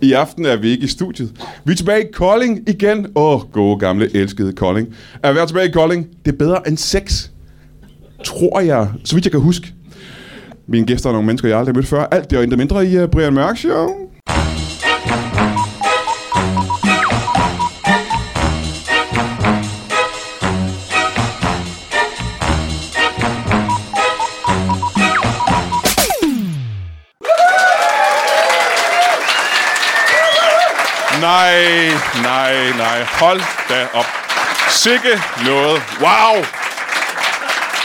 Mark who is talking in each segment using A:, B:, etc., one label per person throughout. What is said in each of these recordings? A: I aften er vi ikke i studiet. Vi er tilbage i Kolding igen. Åh, oh, gode gamle, elskede Kolding. At være tilbage i Kolding, det er bedre end sex. Tror jeg, så vidt jeg kan huske. Mine gæster er nogle mennesker, jeg aldrig har mødt før. Alt det og intet mindre i øh, Brian Mørk Show. Nej, nej, nej. Hold da op. Sikke noget. Wow.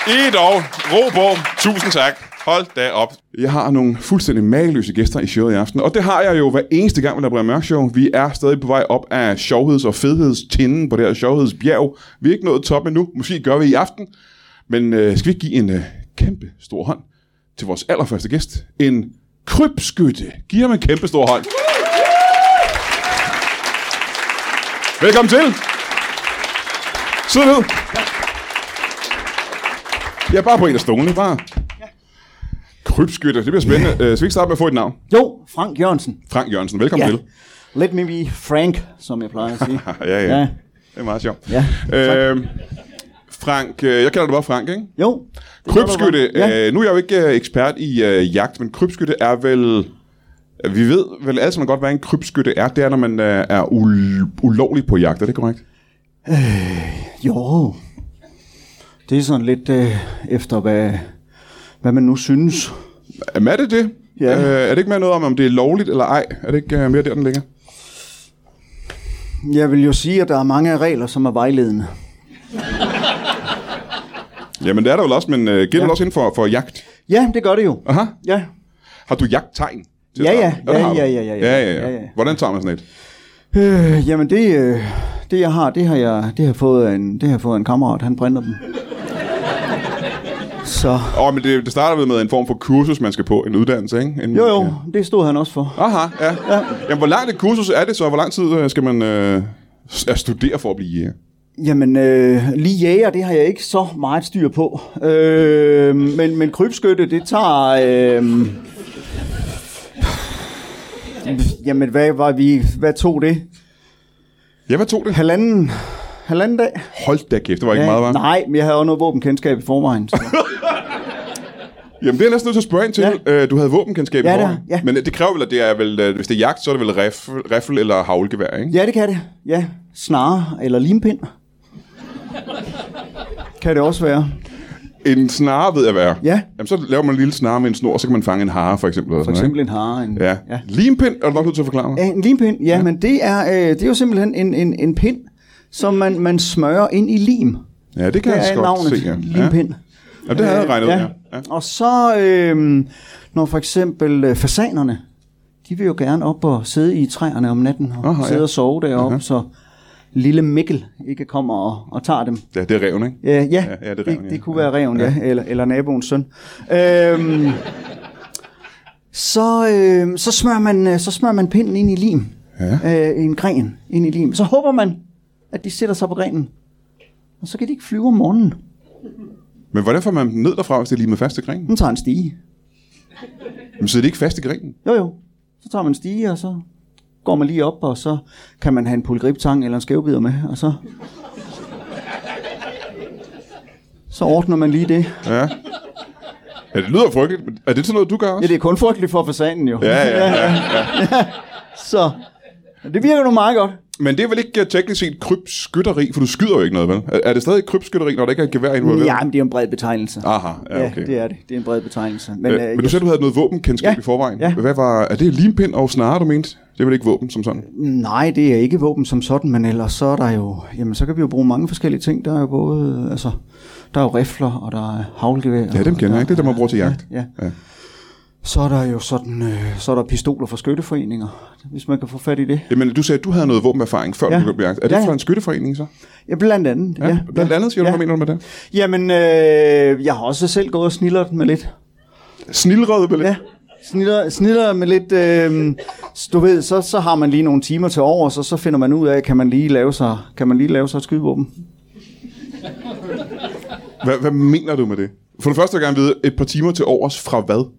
A: I dog. Ro på. Tusind tak. Hold da op. Jeg har nogle fuldstændig mageløse gæster i showet i aften, og det har jeg jo hver eneste gang, med der Mørk Show. Vi er stadig på vej op af sjovheds- og fedhedstinden på det her sjovhedsbjerg. Vi er ikke nået toppen endnu. Måske gør vi i aften. Men øh, skal vi ikke give en øh, kæmpe stor hånd til vores allerførste gæst? En krybskytte. Giv ham en kæmpe stor hånd. Velkommen til. Sid ned. Ja, bare på en af stolene, bare. Krybskytte, det bliver spændende. Øh, Skal vi ikke starte med at få et navn?
B: Jo, Frank Jørgensen.
A: Frank Jørgensen, velkommen
B: Ja.
A: til. Ah,
B: Let me be Frank, som jeg plejer at sige.
A: ja, ja, ja.
B: Ja.
A: Det er meget sjovt.
B: Ja,
A: øh, Frank, øh, jeg kalder dig bare Frank, ikke?
B: Jo.
A: Krybskytte,
B: Ja.
A: ja. øh, nu er jeg jo ikke øh, ekspert i øh, jagt, men krybskytte er vel... øh, Vi ved vel alle sammen godt, hvad en krybskytte er. Det er, når man øh, er ul- ulovlig på jagt, er det korrekt?
B: Jo. Det er sådan lidt øh, efter, hvad, hvad man nu synes.
A: Jamen, er det det?
B: Ja.
A: Øh, er det ikke mere noget om, om det er lovligt eller ej? Er det ikke øh, mere der, den ligger?
B: Jeg vil jo sige, at der er mange regler, som er vejledende.
A: Jamen, det er der vel også, men øh, gælder ja.
B: Ja.
A: det også inden for, for jagt?
B: Ja, det gør det jo.
A: Aha.
B: Ja.
A: Har du jagttegn? til
B: Ja,
A: at
B: ja.
A: starte med?
B: Ja,
A: har du.
B: ja, ja, ja,
A: ja,
B: ja.
A: ja, ja,
B: Ja, ja.
A: Hvordan tager man sådan et?
B: Øh, jamen det, øh, det jeg har, det har jeg, det har jeg fået af en, det har jeg fået af en kammerat. Han printer dem. Så.
A: Åh, men det, det starter vel med en form for kursus, man skal på. En uddannelse, ikke? En,
B: Jo, jo.
A: Ja.
B: Det stod han også for.
A: Aha, ja. ja. Jamen, hvor langt et kursus er det så? Hvor lang tid øh, skal man øh, s- at studere for at blive jæger?
B: Jamen, øh, lige jæger, det har jeg ikke så meget styr på. Øh, men, men krybskytte, det tager... Øh, jamen, hvad var vi... Hvad tog det?
A: Ja, hvad tog det?
B: Halvanden... Halvanden dag?
A: Hold da kæft, det var ikke meget, var?
B: nej, men jeg havde også noget våbenkendskab i forvejen. Så.
A: Jamen, det er jeg næsten nødt til at spørge ind til. Ja. Øh, du havde våbenkendskab i
B: Ja, det
A: forvejen.
B: har jeg, ja.
A: Men øh, det kræver vel, at det er vel, øh, hvis det er jagt, så er det vel riffel, riffel eller havlgevær, ikke?
B: Ja, det kan det. Ja, snare eller limpind. Kan det også være.
A: En snare ved at være.
B: Ja.
A: Jamen, så laver man en lille snare med en snor, og så kan man fange en hare, for eksempel. eller
B: For
A: sådan
B: eksempel en hare. En,
A: noget, ikke? Ja. ja. Limpind er du nok nødt til at forklare mig.
B: Ja, En limpind, ja, ja. men det er, øh, det er jo simpelthen en, en, en pind, som man, man smører ind i lim.
A: Ja, det kan
B: Det
A: jeg så
B: er
A: godt
B: navnet,
A: se. Ja.
B: limpind.
A: Ja. Jamen, det havde jeg regnet ud, ja. ja.
B: Og så, øh, når for eksempel øh, fasanerne, de vil jo gerne op og sidde i træerne om natten
A: Aha,
B: og Aha, sidde
A: ja.
B: og sove deroppe, så lille Mikkel ikke kommer og, og tager dem.
A: Ja, det er reven, ikke?
B: Øh, ja, ja,
A: ja, det er
B: det,
A: ræven,
B: det,
A: ja.
B: det kunne være reven, ja, ja eller, eller naboens søn. Øhm, så, øh, så, smører man, øh, så smører man pinden ind i lim. Ja. Øh, en gren ind i lim. Så håber man, at de sætter sig på grenen. Og så kan de ikke flyve om morgenen.
A: Men hvordan får man den ned derfra, hvis det er lige med fast i grenen?
B: Den tager en stige.
A: Men sidder det ikke fast i grenen?
B: Jo jo, så tager man en stige, og så går man lige op, og så kan man have en pulgribtang eller en skævbider med, og så... Så ordner man lige det.
A: Ja. Ja, det lyder frygteligt, men er det sådan noget, du gør
B: Ja,
A: også?
B: det er kun frygteligt for fasanen jo.
A: Ja, ja, ja.
B: Så det virker nu meget godt.
A: Men det er vel ikke øh, teknisk set krybskytteri, for du skyder jo ikke noget, vel? Er- Er det stadig krybskytteri, når der ikke er et gevær involveret?
B: Ja, men det er en bred betegnelse.
A: Aha, Ah, ja, okay.
B: ja, det er det. Det er en bred betegnelse. Men,
A: Øh, men du
B: jeg-
A: sagde, du havde noget våbenkendskab
B: Ja,
A: i forvejen.
B: ja.
A: Hvad var, er det limpind og snare, du mente? Det er vel ikke våben som sådan?
B: Nej, det er ikke våben som sådan, men ellers så er der jo, jamen så kan vi jo bruge mange forskellige ting. Der er jo både, øh, altså, der er jo rifler, og der er havlgevær.
A: Ja, dem kender jeg ikke. Det er dem, man bruger til jagt.
B: Ja, ja.
A: Ja.
B: ja. Så er der jo sådan, øh, så er der pistoler fra skytteforeninger, hvis man kan få fat i det.
A: Jamen, du sagde, at du havde noget våbenerfaring, før ja. du
B: Ja.
A: begyndte på jagt. Er det
B: Ja,
A: ja,
B: ja.
A: fra en skytteforening, så?
B: Ja, blandt andet. Ja, ja.
A: Blandt andet, siger du,
B: ja.
A: hvad mener du med det?
B: Jamen, øh, jeg har også selv gået og snillert med lidt.
A: Snildrøde billet.
B: Ja, sniller, sniller med lidt, øh, du ved, så, så har man lige nogle timer til over, så, så finder man ud af, kan man lige lave sig, kan man lige lave sig et skydevåben.
A: Hvad, hvad mener du med det? For det første vil jeg gerne vide, et par timer til overs fra hvad?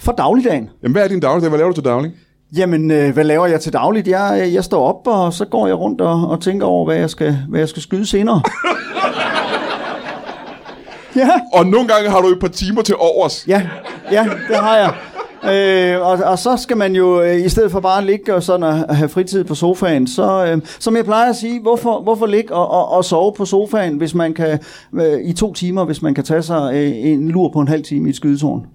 B: For dagligdagen.
A: Jamen, hvad er din dagligdag? Hvad laver du til daglig?
B: Jamen, øh, hvad laver jeg til dagligt? Jeg, øh, jeg står op, og så går jeg rundt og, og tænker over, hvad jeg skal, hvad jeg skal skyde senere. ja,
A: Og nogle gange har du et par timer til overs.
B: ja, ja, det har jeg. Øh, og, og så skal man jo, øh, i stedet for bare at ligge og sådan at, at have fritid på sofaen, så øh, som jeg plejer at sige, hvorfor, hvorfor ligge og, og, og sove på sofaen, hvis man kan, øh, i to timer, hvis man kan tage sig øh, en lur på en halv time i et skydetårn?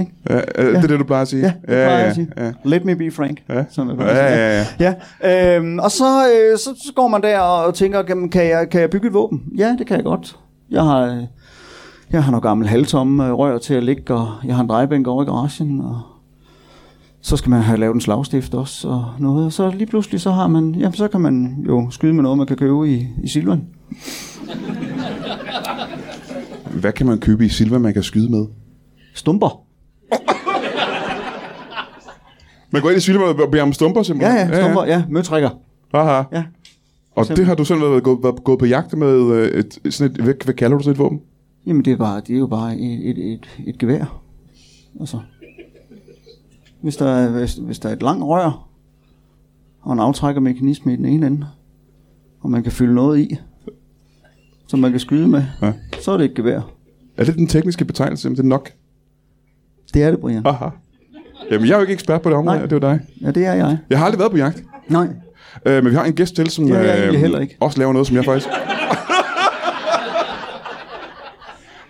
B: Ikke?
A: Ja, øh, det er det, du plejer at sige.
B: Ja, det plejer
A: ja,
B: jeg at sige.
A: ja.
B: Let me be frank.
A: Ja.
B: Som jeg
A: Ja, ja, ja.
B: ja. ja. Øhm, og så, øh, så, så går man der og tænker, jamen, kan, jeg, kan jeg bygge et våben? Ja, det kan jeg godt. Jeg har, øh, jeg har nogle gamle halvtomme øh, rør til at ligge, og jeg har en drejebænk over i garagen, og så skal man have lavet en slagstift også og noget. Og så lige pludselig, så har man, jamen, så kan man jo skyde med noget, man kan købe i, i Silvan.
A: Hvad kan man købe i silver, man kan skyde med?
B: Stumper.
A: Man går ind i Silvan og beder om stumper,
B: Ja,
A: simpelthen?
B: ja, stumper, ja, møtrikker.
A: Aha.
B: Ja.
A: Og det har du selv været gået, været gået på jagt med øh, et, sådan et, hvad, hvad kalder du sådan et våben?
B: Jamen, det er, bare, det er jo bare et, et, et, et gevær. Altså, hvis der, er, hvis, hvis der er et langt rør, og en aftrækkermekanisme i den ene ende, og man kan fylde noget i, som man kan skyde med,
A: Ja.
B: så er det et gevær.
A: Er det den tekniske betegnelse? Jamen, det er nok.
B: Det er det, Brian.
A: Aha. Jamen, jeg er jo ikke ekspert på det område,
B: Nej.
A: det er jo dig.
B: Ja, det er jeg.
A: Jeg har aldrig været på jagt,
B: Nej.
A: øh, men vi har en gæst til, som øh,
B: Det har jeg egentlig heller ikke.
A: også laver noget, som jeg faktisk...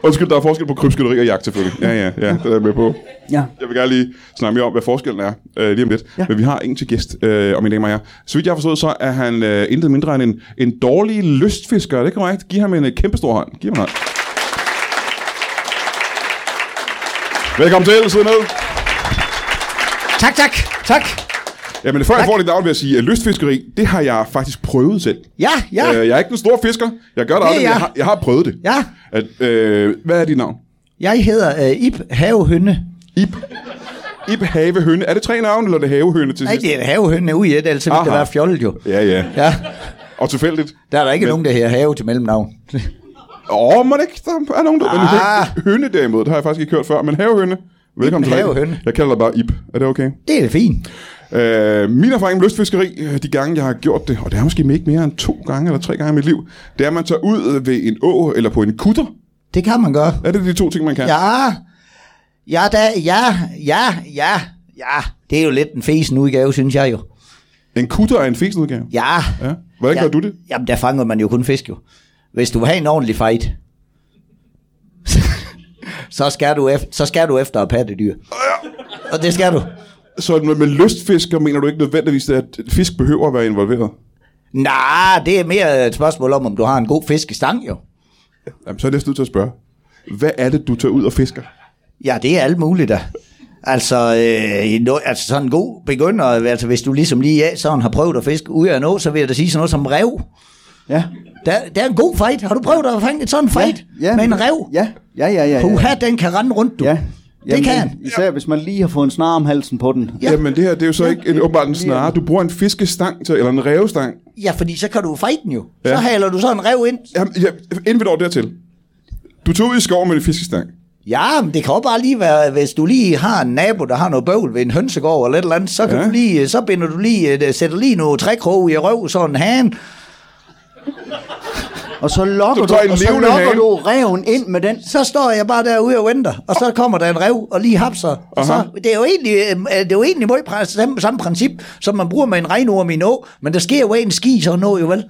A: Undskyld, der er forskel på krybskytteri og jagt selvfølgelig. Ja, ja, ja, det er jeg med på.
B: Ja.
A: Jeg vil gerne lige snakke mere om, hvad forskellen er øh, lige om lidt. Ja.
B: Ja.
A: Men vi har en til gæst, øh, og mine damer og herrer. Så vidt jeg har forstået, så er han øh, intet mindre end en, en dårlig lystfisker. Er Det er korrekt. Giv ham en øh, kæmpe stor hånd. Giv ham en hånd. Velkommen til, sidde ned.
C: Tak, tak, tak.
A: Jamen, før jeg får dit navn, vil jeg sige, at lystfiskeri, det har jeg faktisk prøvet selv.
C: Ja, ja.
A: Øh, jeg er ikke den store fisker. Jeg gør det
C: Det er
A: aldrig, men jeg
C: jeg.
A: har, jeg har prøvet det.
C: Ja.
A: At, øh, hvad er dit navn?
C: Jeg hedder øh, Ib Havehønne.
A: Ib. Ib Havehønne. Er det tre navne, eller er det Havehønne til
C: Nej,
A: sidst?
C: det er Havehønne ude i et, ellers ville
A: Aha.
C: det være fjollet jo.
A: Ja, ja.
C: Ja,
A: Og tilfældigt.
C: der er der ikke
A: Men-
C: Men... nogen, der hedder Have til mellemnavn.
A: Åh, oh, må det ikke? Der er nogen, der... Men
C: Ah.
A: hø- hønne derimod, det har jeg faktisk ikke hørt før. Men havehønne, velkommen
C: Iben
A: til dig.
C: Havehønne.
A: Jeg kalder dig bare Ib. Er det okay?
C: Det er da fint.
A: Øh, min erfaring med lystfiskeri, øh, de gange jeg har gjort det, og det er måske ikke mere end to gange eller tre gange i mit liv, det er, at man tager ud øh, ved en å eller på en kutter.
C: Det kan man gøre.
A: Er det de to ting, man kan?
C: Ja, ja, da, ja, ja, ja, ja. Det er jo lidt en fesen udgave, synes jeg jo.
A: En kutter er en fiksudgave.
C: Ja.
A: Ja. Hvordan
C: ja.
A: gør du det?
C: Jamen, der fanger man jo kun fisk jo. Hvis du vil have en ordentlig fight, så skal du, efter, så skal du efter at pattedyr. Og det skal du.
A: Så med, med lystfisker mener du ikke nødvendigvis, at fisk behøver at være involveret?
C: Nej, det er mere et spørgsmål om, om du har en god fiskestang, jo.
A: Jamen, så er jeg næsten nødt til at spørge. Hvad er det, du tager ud og fisker?
C: Ja, det er alt muligt, da. Altså, øh, no, altså sådan en god begynder, altså hvis du ligesom lige ja, sådan har prøvet at fiske ud af en å, så vil jeg da sige sådan noget som rev.
B: Ja.
C: Der, der er en god fight. Har du prøvet at fange et sådan fight ja, med en rev?
B: Ja, ja, ja, ja. ja.
C: Puha, den kan rende rundt, du.
B: ja.
C: det kan han.
B: Især hvis man lige har fået en snar om halsen på den.
A: Ja. Jamen, det her det er jo så ja, ikke en, åbenbart en
B: det er-
A: snare. Du bruger en fiskestang til, eller en revstang.
C: Ja, fordi så kan du fighten jo. Ja.
A: Ja.
C: Så haler du sådan en rev ind.
A: Jamen, ja, inden vi når dertil. Du tog ud i skoven med en fiskestang.
C: Ja, men det kan jo bare lige være, hvis du lige har en nabo, der har noget bøvl ved en hønsegård eller et eller andet, så, kan
A: Ja.
C: ja. du lige, øh, så binder du lige, øh, sætter lige nogle trækroge i røv, sådan en han.
B: Og så lokker
A: Du
B: du,
A: tager en
B: og så
A: levende
B: lokker
A: hane.
B: du reven ind med den.
C: Så står jeg bare derude og venter, og så kommer der en rev og lige hapser. Og så,
A: Aha.
C: det er jo egentlig, øh, det er jo egentlig meget præ- samme, samme princip, som man bruger med en regnorm i en å, men der sker jo af en ski, så nå jo vel.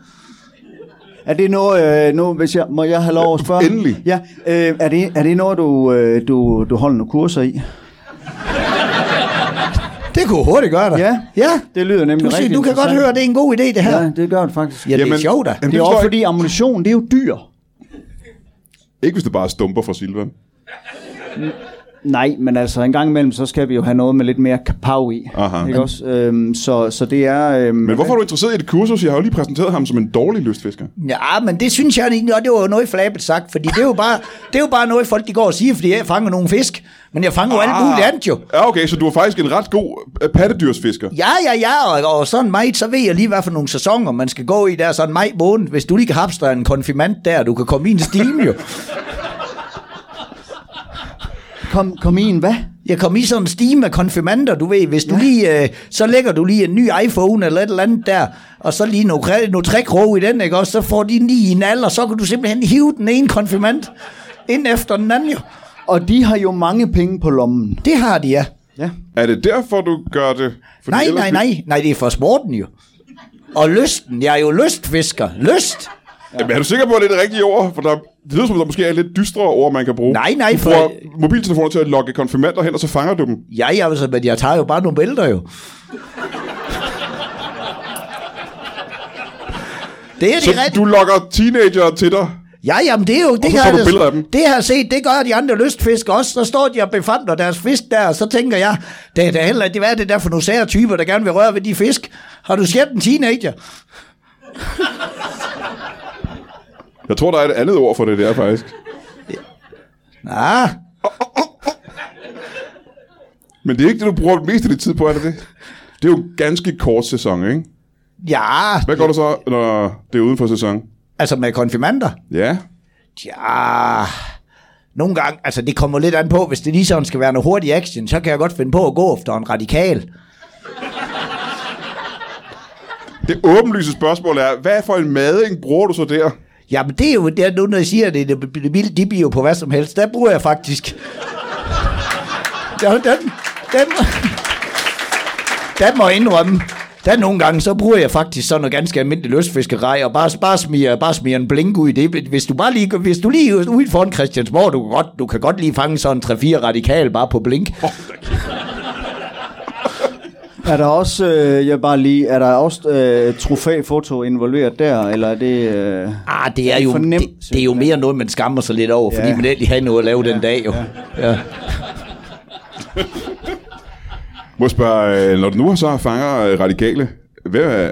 B: Er det noget, øh, nu, hvis jeg, må jeg have lov at spørge?
A: Endelig.
B: Ja, øh, er, det, er det noget, du, øh, du, du holder nogle kurser i?
C: Det kunne hurtigt gøre dig.
B: Ja.
C: ja.
B: Det lyder nemlig
C: Du, siger,
B: rigtig
C: du kan godt
B: interessant.
C: høre, det er en god idé, det her.
B: Ja, det gør det faktisk.
C: Ja, det er
A: Jamen,
C: sjovt, da.
A: jamen,
B: det er
A: forstår jeg
B: også fordi ammunition, det er jo dyr.
A: Ikke hvis det bare er stumper fra Silvan.
B: Nej, men altså en gang imellem, så skal vi jo have noget med lidt mere kapav i.
A: Aha.
B: Ikke også? Øhm, så, så det er... Øhm,
A: Men hvorfor er du interesseret i det kursus? Jeg har jo lige præsenteret ham som en dårlig lystfisker.
C: Ja, men det synes jeg ikke, og det var jo noget flabet sagt, fordi det er jo bare, det er jo bare noget, folk de går og siger, fordi jeg fanger nogle fisk, men jeg fanger jo alt muligt andet jo.
A: Ah. Ja, okay, så du er faktisk en ret god øh, pattedyrsfisker.
C: Ja, ja, ja, og, og sådan meget, så ved jeg lige, hvad for nogle sæsoner man skal gå i der, sådan maj måned, hvis du lige kan hapstre en konfirmand der, du kan komme i en stime jo.
B: Kom, kom i en hvad?
C: Jeg kom i sådan en stime af konfirmander, du ved. Hvis du ja. lige, øh, så lægger du lige en ny iPhone eller et eller andet der, og så lige nogle, kre- nogle trækrog i den, ikke? Og så får de lige en alder, og så kan du simpelthen hive den ene konfirmand ind efter den anden, jo.
B: Og de har jo mange penge på lommen.
C: Det har de, ja.
B: Ja.
A: Er det derfor, du gør det? Fordi
C: Nej,
A: ellers
C: nej,
A: vil-
C: nej. Nej, det er for sporten jo. Og lysten. Jeg er jo lystfisker. Lyst.
A: Jamen, er du sikker på, at det er det rigtige ord? For der, det lyder som, der måske er lidt dystre ord, man kan bruge.
C: Nej, nej,
A: Du
C: for-
A: bruger mobiltelefoner til at lokke konfirmander hen, og så fanger du dem.
C: Jeg er altså, men jeg tager jo bare nogle billeder jo. Det er
A: Så
C: de rigtige.
A: du lokker teenager til dig.
C: Ja, jamen det er jo... Det
A: Og så
C: har
A: tager
C: jeg
A: du
C: da-
A: billeder af dem.
C: Det har jeg set, det gør de andre lystfisk også. Så står de og befamler deres fisk der, og så tænker jeg, det er da heller ikke, hvad er det der for nogle sære typer, der gerne vil røre ved de fisk? Har du set en teenager?
A: Jeg tror, der er et andet ord for det der, faktisk.
C: Nej,
A: Men det er ikke det, du bruger mest af din tid på, er det det? Det er jo en ganske kort sæson, ikke?
C: ja,
A: Hvad gør du så, når det er uden for sæson?
C: altså med konfirmander.
A: Ja.
C: Ja, nogle gange, altså det kommer lidt an på, hvis det lige sådan skal være noget hurtig action, så kan jeg godt finde på at gå efter en radikal.
A: Det åbenlyse spørgsmål er, hvad for en mading bruger du så der?
C: Jamen det er jo, det er nu, når jeg siger det, det, det vildt, de bliver jo på hvad som helst. Der bruger jeg faktisk... Der, der, der, der må jeg indrømme. Der nogle gange, så bruger jeg faktisk sådan noget ganske almindelig lystfiskerej, og bare, bare, smiger, bare smiger en blink ud i det. Hvis du, bare lige, hvis du lige er ude foran Christiansborg, du kan godt, du kan godt lige fange sådan 3-4 radikal bare på blink.
B: Er der også, øh, jeg vil bare lige, er der også øh, trofæfoto involveret der, eller er det... Øh...
C: Ah, det er
B: Det er
C: jo,
B: for
C: det,
B: nemt,
C: det er jo mere noget, man skammer sig lidt over, fordi
B: Ja.
C: man egentlig havde noget at lave ja. den dag jo. Ja. Ja.
A: Må jeg spørge, øh, når du nu så fanger øh, radikale, hvad er,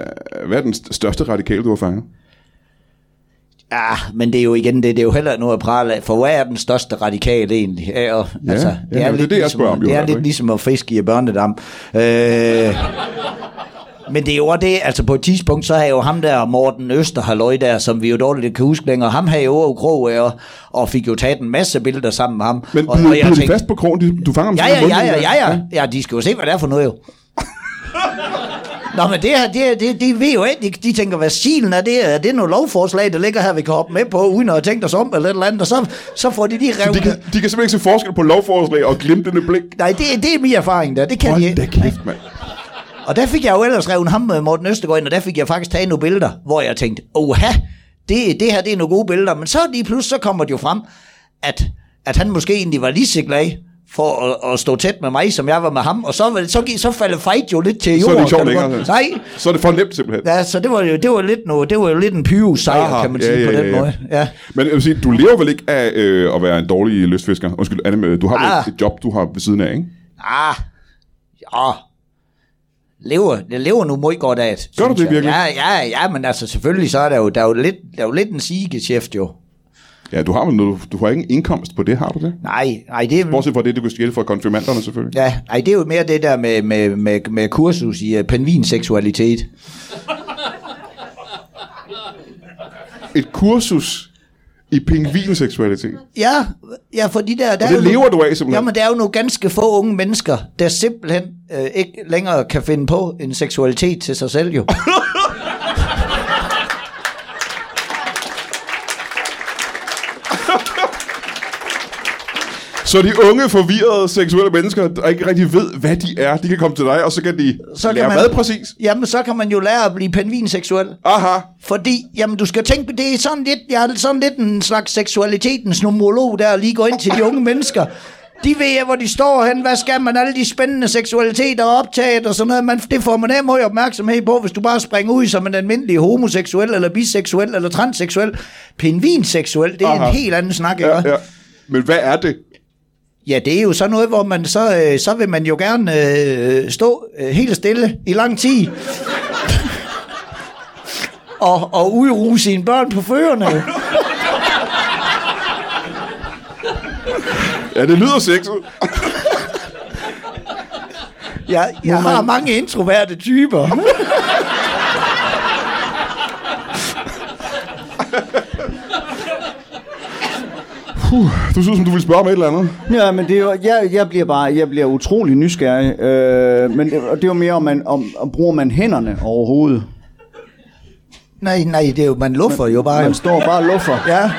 A: hvad er den st- største radikale, du har fanget?
C: Ja, men det er jo igen det, det er jo heller noget at prale af, for hvad er den største radikal egentlig? Ja, og,
A: Ja, ja, det er det, jeg
C: ligesom,
A: spørger om, jo,
C: det er
A: altså,
C: lidt
A: ikke?
C: ligesom at fiske i et børnedam. Øh, men det er jo også det, altså på et tidspunkt, så har jo ham der, Morten Østerhalløj der, som vi jo dårligt kan huske længere, ham har jo over krog af, og, og fik jo taget en masse billeder sammen med ham.
A: Men
C: og,
A: bider,
C: og
A: bider de fast på krogen? De- Du fanger dem
C: Ja,
A: sådan
C: ja,
A: med
C: ja, ja,
A: mundvinden der?
C: ja, ja, ja, de skal jo se, hvad det er for noget jo. Nå, men det her, det, her, det, de ved jo ikke, de, de tænker, hvad silen er det, er det noget lovforslag, der ligger her, vi kan hoppe med på, uden at have tænkt os om, eller et eller andet, og så, så får de lige
A: De
C: revet.
A: kan, de kan simpelthen ikke se forskel på lovforslag og glimtende blik.
C: Nej, det, det er min erfaring der, det kan de
A: Hold da
C: ikke.
A: kæft, mand.
C: Og der fik jeg jo ellers revet ham med Morten Østergaard ind, og der fik jeg faktisk taget nogle billeder, hvor jeg tænkte, oha, det, det her det er nogle gode billeder. Men så lige pludselig så kommer det jo frem, at, at han måske egentlig var lige så glad for at, at, stå tæt med mig, som jeg var med ham. Og så, var det- så, gik- så faldt fight jo lidt til
A: Så er
C: jorden.
A: det ikke sjovt
C: kan du
A: længere. altså.
C: godt- Nej,
A: Så er det for nemt simpelthen.
C: ja, så det var jo, det var lidt, noget, det var jo lidt en pyro-sejr,
A: Aha,
C: kan man sige ja, på den ja. måde. Ja.
A: Men jeg vil sige, du lever vel ikke af øh, at være en dårlig lystfisker? Undskyld, Anne, øh, du har vel
C: Ah.
A: et- et job, du har ved siden af, ikke?
C: Ah, ja. Lever, jeg lever nu meget godt af det.
A: Gør du
C: synes
A: det
C: jeg.
A: virkelig?
C: Ja, ja, ja, men altså selvfølgelig, så er der jo, der er jo lidt, der er jo lidt en sigegeschæft jo.
A: Ja, du har vel noget, du har ikke en indkomst på det, har du det?
C: Nej, nej, det er,
A: Bortset fra det, du kan stjæle fra konfirmanderne selvfølgelig.
C: ja, nej, det er jo mere det der med, med, med, med kursus i uh, penvinseksualitet.
A: Et kursus i pingvinseksualitet.
C: Ja, ja, for de der... der
A: det
C: er jo
A: lever du af, simpelthen?
C: Jamen, der er jo nogle ganske få unge mennesker, der simpelthen øh, ikke længere kan finde på en seksualitet til sig selv jo.
A: Så de unge, forvirrede, seksuelle mennesker, der ikke rigtig ved, hvad de er, de kan komme til dig, og så kan de
C: Så kan
A: lære
C: man-
A: hvad præcis?
C: Jamen, så kan man jo lære at blive penvinseksuel.
A: Aha,
C: Fordi, jamen du skal tænke på, det er sådan lidt, jeg er sådan lidt en slags seksualitetens nomolog, der lige går ind til de unge mennesker. De ved, hvor de står hen, hvad skal man, alle de spændende seksualiteter og optaget og sådan noget, man, det får man af meget opmærksomhed på, hvis du bare springer ud som en almindelig homoseksuel, eller biseksuel, eller transseksuel. Pinvinseksuel, det er Aha.
A: Aha.
C: en helt anden snak, ikke?
A: ja, ja. Men hvad er det?
C: Ja, det er jo sådan noget, hvor man så, øh, så vil man jo gerne øh, stå øh, helt stille i lang tid. og, og udruge sine børn på førerne.
A: Ja, det lyder sexet.
C: Jeg, jeg har mange introverte typer.
A: Du synes, som du ville spørge om et eller andet.
B: Ja, men det er jo, jeg, jeg bliver bare, jeg bliver utrolig nysgerrig. Øh, men det, og det er jo mere, om man om, om bruger man hænderne overhovedet.
C: Nej, nej, det er jo, man luffer jo bare.
B: Man står bare og luffer.
C: Ja.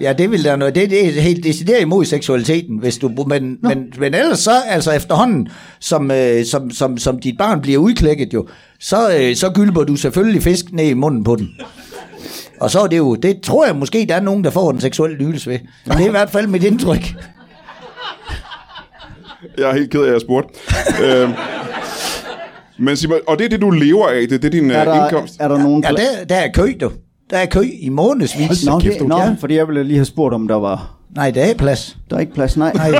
C: Ja, det vil der noget. Det, det er helt decideret imod seksualiteten, hvis du... Men, men, men ellers så, altså efterhånden, som, øh, som, som, som dit barn bliver udklækket jo, så, øh, så gylper du selvfølgelig fisk ned i munden på den. Og så er det jo... Det tror jeg måske, der er nogen, der får en seksuel nydelse ved. Det er i hvert fald mit indtryk.
A: Jeg er helt ked af, at jeg spurgte. øhm, men sig mig, og det er det, du lever af, det er det, din
B: Er
A: er
B: der,
A: indkomst.
B: er der nogen...
C: Ja, der, der er kø, du. Der er kø i månedsvis.
B: Nå,
A: kæft,
B: det,
A: du-
B: nå
A: Ja.
B: fordi jeg ville lige have spurgt, om der var...
C: Nej, der er plads.
B: Der er ikke plads, nej.
C: Nej.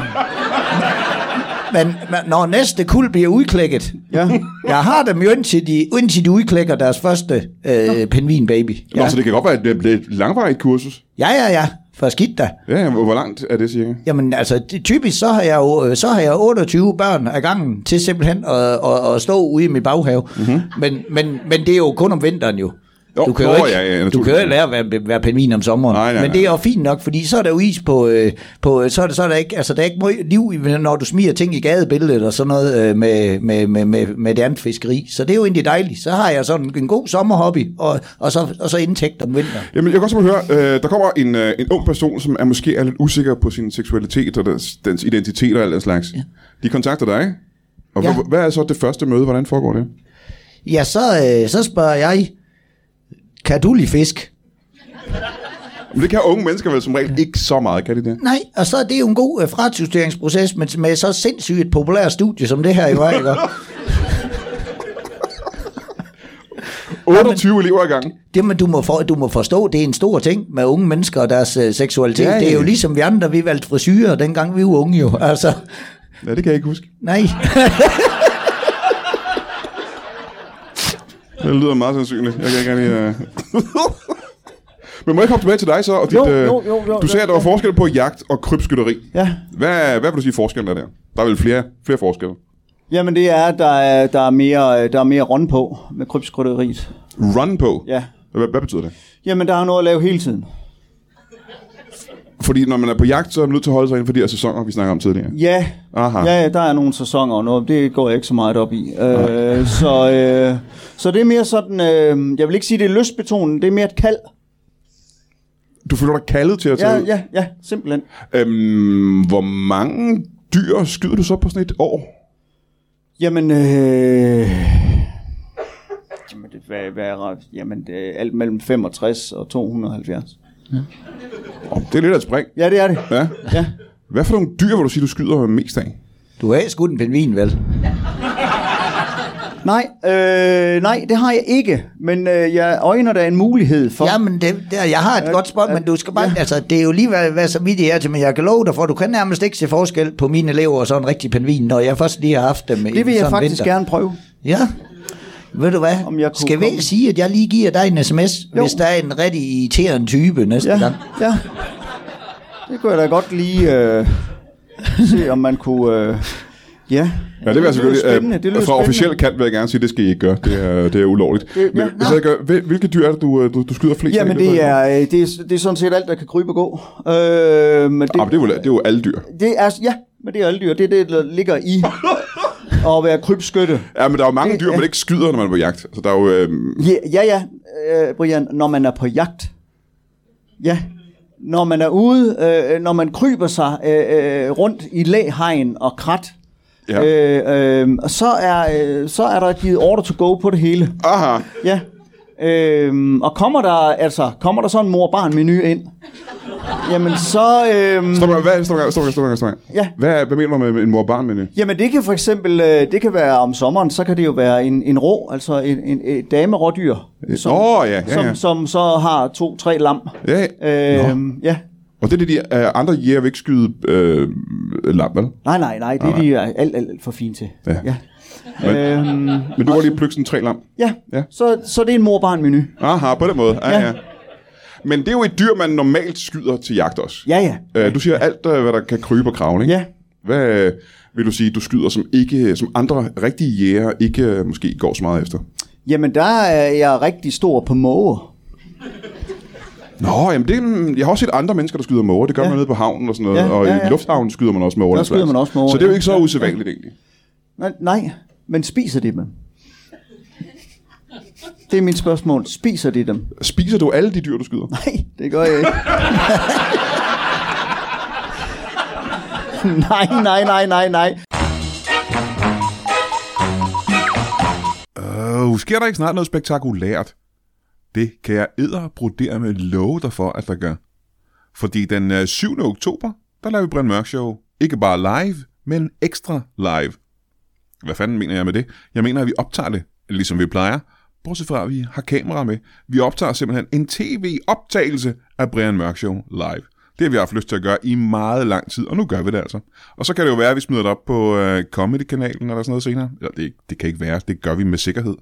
C: Men, men når næste kul bliver udklækket,
B: Ja.
C: Jeg har dem jo indtil de, indtil de udklækker deres første øh, pingvinbaby.
A: Nå,
C: Ja.
A: så det kan godt være, at det bliver et langvarigt kursus.
C: ja, ja, ja. For skidt da.
A: Ja, ja, hvor langt er det cirka?
C: Jamen altså, det, typisk så har jeg jo øh, så har jeg 28 børn ad gangen til simpelthen at, at, at stå ude i min baghave. Mm-hmm. Men, men, men det er jo kun om vinteren jo.
A: Mhm. Jo,
C: Du kan jo
A: nå,
C: ikke,
A: ja, ja,
C: du
A: naturligvis.
C: kan jo ikke lære at være, være pingvin om sommeren.
A: Nej, nej,
C: men
A: nej.
C: det er jo fint nok, fordi så er der jo is på... Øh, på øh, så, er der, så er der ikke, altså, der er ikke meget liv, i, når du smiger ting i gadebilledet og sådan noget øh, med, med, med, med, med det andet fiskeri. Så det er jo egentlig dejligt. Så har jeg sådan en god sommerhobby, og, og, så, og så indtægt om vinteren.
A: Jamen, jeg kan også høre, øh, der kommer en, øh, en ung person, som er måske er lidt usikker på sin seksualitet og dens, dens identitet og alt den slags. Ja. De kontakter dig, og
C: Ja.
A: ja. hvad er så det første møde? Hvordan foregår det?
C: Ja, så, øh, så spørger jeg, kan du lide fisk?
A: Men det kan unge mennesker vel som regel ikke så meget, kan de det?
C: Nej, og så er det jo en god øh, fratjusteringsproces med, med så sindssygt et populært studie som det her i var, ikke?
A: 28 elever i gang.
C: Det, men du må, for, du må forstå, det er en stor ting med unge mennesker og deres øh, seksualitet.
A: Ja,
C: Ja,
A: ja,
C: ja. Det er jo
A: ja.
C: ligesom vi andre, vi valgte frisyrer, dengang vi var unge jo. Altså,
A: Ja, det kan jeg ikke huske.
C: nej.
A: Det lyder meget sandsynligt. Jeg kan ikke rigtig... Øh... Men må jeg komme tilbage til dig så? Og dit,
B: Jo,
A: øh,
B: jo, jo, jo,
A: du sagde, at der var forskel på jagt og krybskytteri.
B: Ja.
A: Hvad, hvad vil du sige forskellen er der? Der er vel flere, flere forskelle.
B: Jamen det er, at der er, der er mere, øh, der er mere run på med krybskrytteriet.
A: Run på.
B: Ja.
A: Hvad, hvad betyder det?
B: Jamen der er noget at lave hele tiden.
A: Fordi når man er på jagt, så er man nødt til at holde sig inden for de her sæsoner, vi snakker om tidligere.
B: Ja,
A: Aha.
B: ja, ja der er nogle sæsoner og noget, det går jeg ikke så meget op i. Øh, så, øh, så det er mere sådan, øh, jeg vil ikke sige, det er lystbetonet, det er mere et kald.
A: Du føler dig kaldet til at tage
B: Ja,
A: ud.
B: ja, ja, simpelthen.
A: Øhm, hvor mange dyr skyder du så på sådan et år?
B: Jamen, øh, jamen, det, hvad, hvad er, ret? jamen det er alt mellem 65 og 270.
A: Oh, det er lidt af et spring.
B: Ja, det er det.
A: Ja.
B: Ja.
A: Hvad for nogle dyr, hvor du siger, du skyder mest af?
C: Du har ikke skudt en pingvin, vel?
B: Nej, øh, nej, det har jeg ikke. Men øh, jeg øjner da en mulighed for...
C: Jamen, det, det, jeg har et godt spot, men du skal bare... Altså, det er jo lige, hvad, hvad så vidt jeg er til, men jeg kan love dig for, du kan nærmest ikke se forskel på mine elever og sådan en rigtig pingvin, når jeg først lige har haft dem i
B: det vil jeg
C: sådan
B: faktisk
C: vinter.
B: gerne prøve.
C: Ja. Ved du hvad?
B: Om jeg kunne
C: Skal vi
B: komme-
C: ikke sige, at jeg lige giver dig en sms,
B: Jo.
C: jo. hvis der er en rigtig irriterende type næste
B: Ja,
C: gang?
B: ja. Det kunne jeg da godt lige øh, se, om man kunne... Øh, ja.
A: Ja, det vil jeg selvfølgelig.
B: lyder spændende. Det lyder
A: øh, fra
B: spændende.
A: officiel kant vil jeg gerne sige, det skal I ikke gøre. Det er, det er ulovligt.
B: Det-
A: Men
B: ja.
A: hvis jeg gør, hvil- hvilke dyr er det, du, øh, du, du skyder flest af?
B: Jamen,
A: i løbet
B: det
A: af-
B: er, øh, det, er, det er sådan set alt, der kan krybe og gå. Øh, men det,
A: Ah, men det, er jo, det er jo alle dyr.
B: det er, ja, men det er alle dyr. Det er det, der ligger i at være krybskytte.
A: Ja, men der er jo mange dyr, man ikke skyder, når man er på jagt. Så der er jo... Øhm,
B: Ja, ja, ja øh, Brian, når man er på jagt. Ja, når man er ude, øh, når man kryber sig øh, øh, rundt i læhegn og krat,
A: ja.
B: øh, øh, så, er, øh, så er der givet order to go på det hele.
A: Aha.
B: Ja. Øhm, og kommer der, altså, kommer der så en mor-barn-menu ind, jamen så... Øhm,
A: Stop, hvad, stop, stop, stop, stop, stop.
B: Ja.
A: Hvad, hvad mener du med en mor-barn-menu?
B: Jamen det kan for eksempel, øh, det kan være om sommeren, så kan det jo være en, en rå, altså en, en, en damerådyr, som,
A: Åh, Øh, ja, Øh, ja,
B: som,
A: ja.
B: som så har to-tre lam.
A: Ja.
B: Øhm, ja.
A: Og det er det, de øh, andre jæger vil ikke skyde øh, lam, vel?
B: Nej, nej, nej, det er de er alt, alt, alt for fine til.
A: Ja.
B: Ja.
A: Men-
B: Øhm,
A: Men du var lige plukke sådan tre lam.
B: ja.
A: Ja.
B: ja. Så, så det er en mor-barn-menu.
A: Aha, på den måde. Ja, ja.
B: Ja.
A: ja. Men det er jo et dyr, man normalt skyder til jagt også.
B: Ja, ja.
A: Øh, du siger alt, øh, hvad der kan krybe og kravle, ikke?
B: Ja.
A: Hvad øh, vil du sige, du skyder, som, ikke, øh, som andre rigtige jæger ikke øh, måske går så meget efter?
B: Jamen der er jeg rigtig stor på måger.
A: Nå, jamen det, mm, jeg har også set andre mennesker, der skyder måger. Det gør ja. man nede på havnen og sådan noget. Ja, og ja, ja. i lufthavnen skyder man også måger.
B: Der
A: lidt
B: skyder
A: svært.
B: man også måger,
A: Så det er jo
B: ja.
A: ikke så ja. usædvanligt egentlig.
B: Nej, nej, men spiser de dem? Det er mit spørgsmål. Spiser de dem?
A: Spiser du alle de dyr, du skyder?
B: Nej, det gør jeg ikke. nej, nej, nej, nej, nej.
A: Øh, sker der ikke snart noget spektakulært? Det kan jeg edderbrudere med love dig for, at der gør. Fordi den øh, 7. oktober, der laver vi Brian Mørk Show. Ikke bare live, men ekstra live. Hvad fanden mener jeg med det? Jeg mener, at vi optager det, ligesom vi plejer. Bortset fra, at vi har kamera med. Vi optager simpelthen en tv-optagelse af Brian Mørk Show live. Det har vi haft lyst til at gøre i meget lang tid, og nu gør vi det altså. Og så kan det jo være, at vi smider det op på øh, Comedy-kanalen eller sådan noget senere. Ja, det, det kan ikke være, det gør vi med sikkerhed.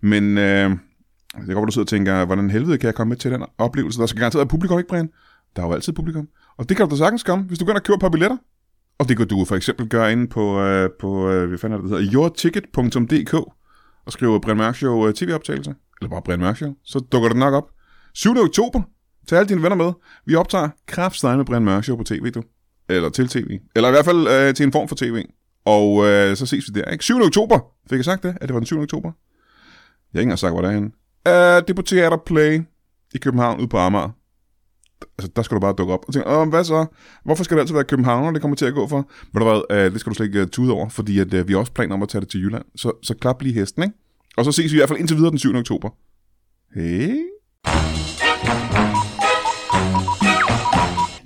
A: Men øh, det kan godt, være, du sidder og tænker, hvordan helvede kan jeg komme med til den oplevelse? Der skal garanteret være publikum, ikke Brian? Der er jo altid publikum. Og det kan du da sagtens komme, hvis du går ind og køber et par billetter. Og det kan du for eksempel gøre inde på, øh, på øh, hvad fanden er det, det hedder, yourticket.dk og skrive Brian Mørk Show øh, tv-optagelse, eller bare Brian Mørk Show, så dukker det nok op. 7. oktober, tag alle dine venner med. Vi optager kraftsteg med Brian Mørk Show på tv, du. Eller til tv. Eller i hvert fald øh, til en form for tv. Og øh, så ses vi der, ikke? 7. oktober, fik jeg sagt det? At det var den 7. oktober? Jeg har ikke engang sagt, hvor det er henne. Uh, det er på Teater Play i København, ude på Amager. Altså, der skal du bare dukke op og tænke, Åh, hvad så? Hvorfor skal det altid være København, det kommer til at gå for? Ved du hvad, uh, det skal du slet ikke uh, tude over, fordi at, uh, vi har også planer om at tage det til Jylland. Så, så klap lige hesten, ikke? Og så ses vi i hvert fald indtil videre den 7. oktober. Hey.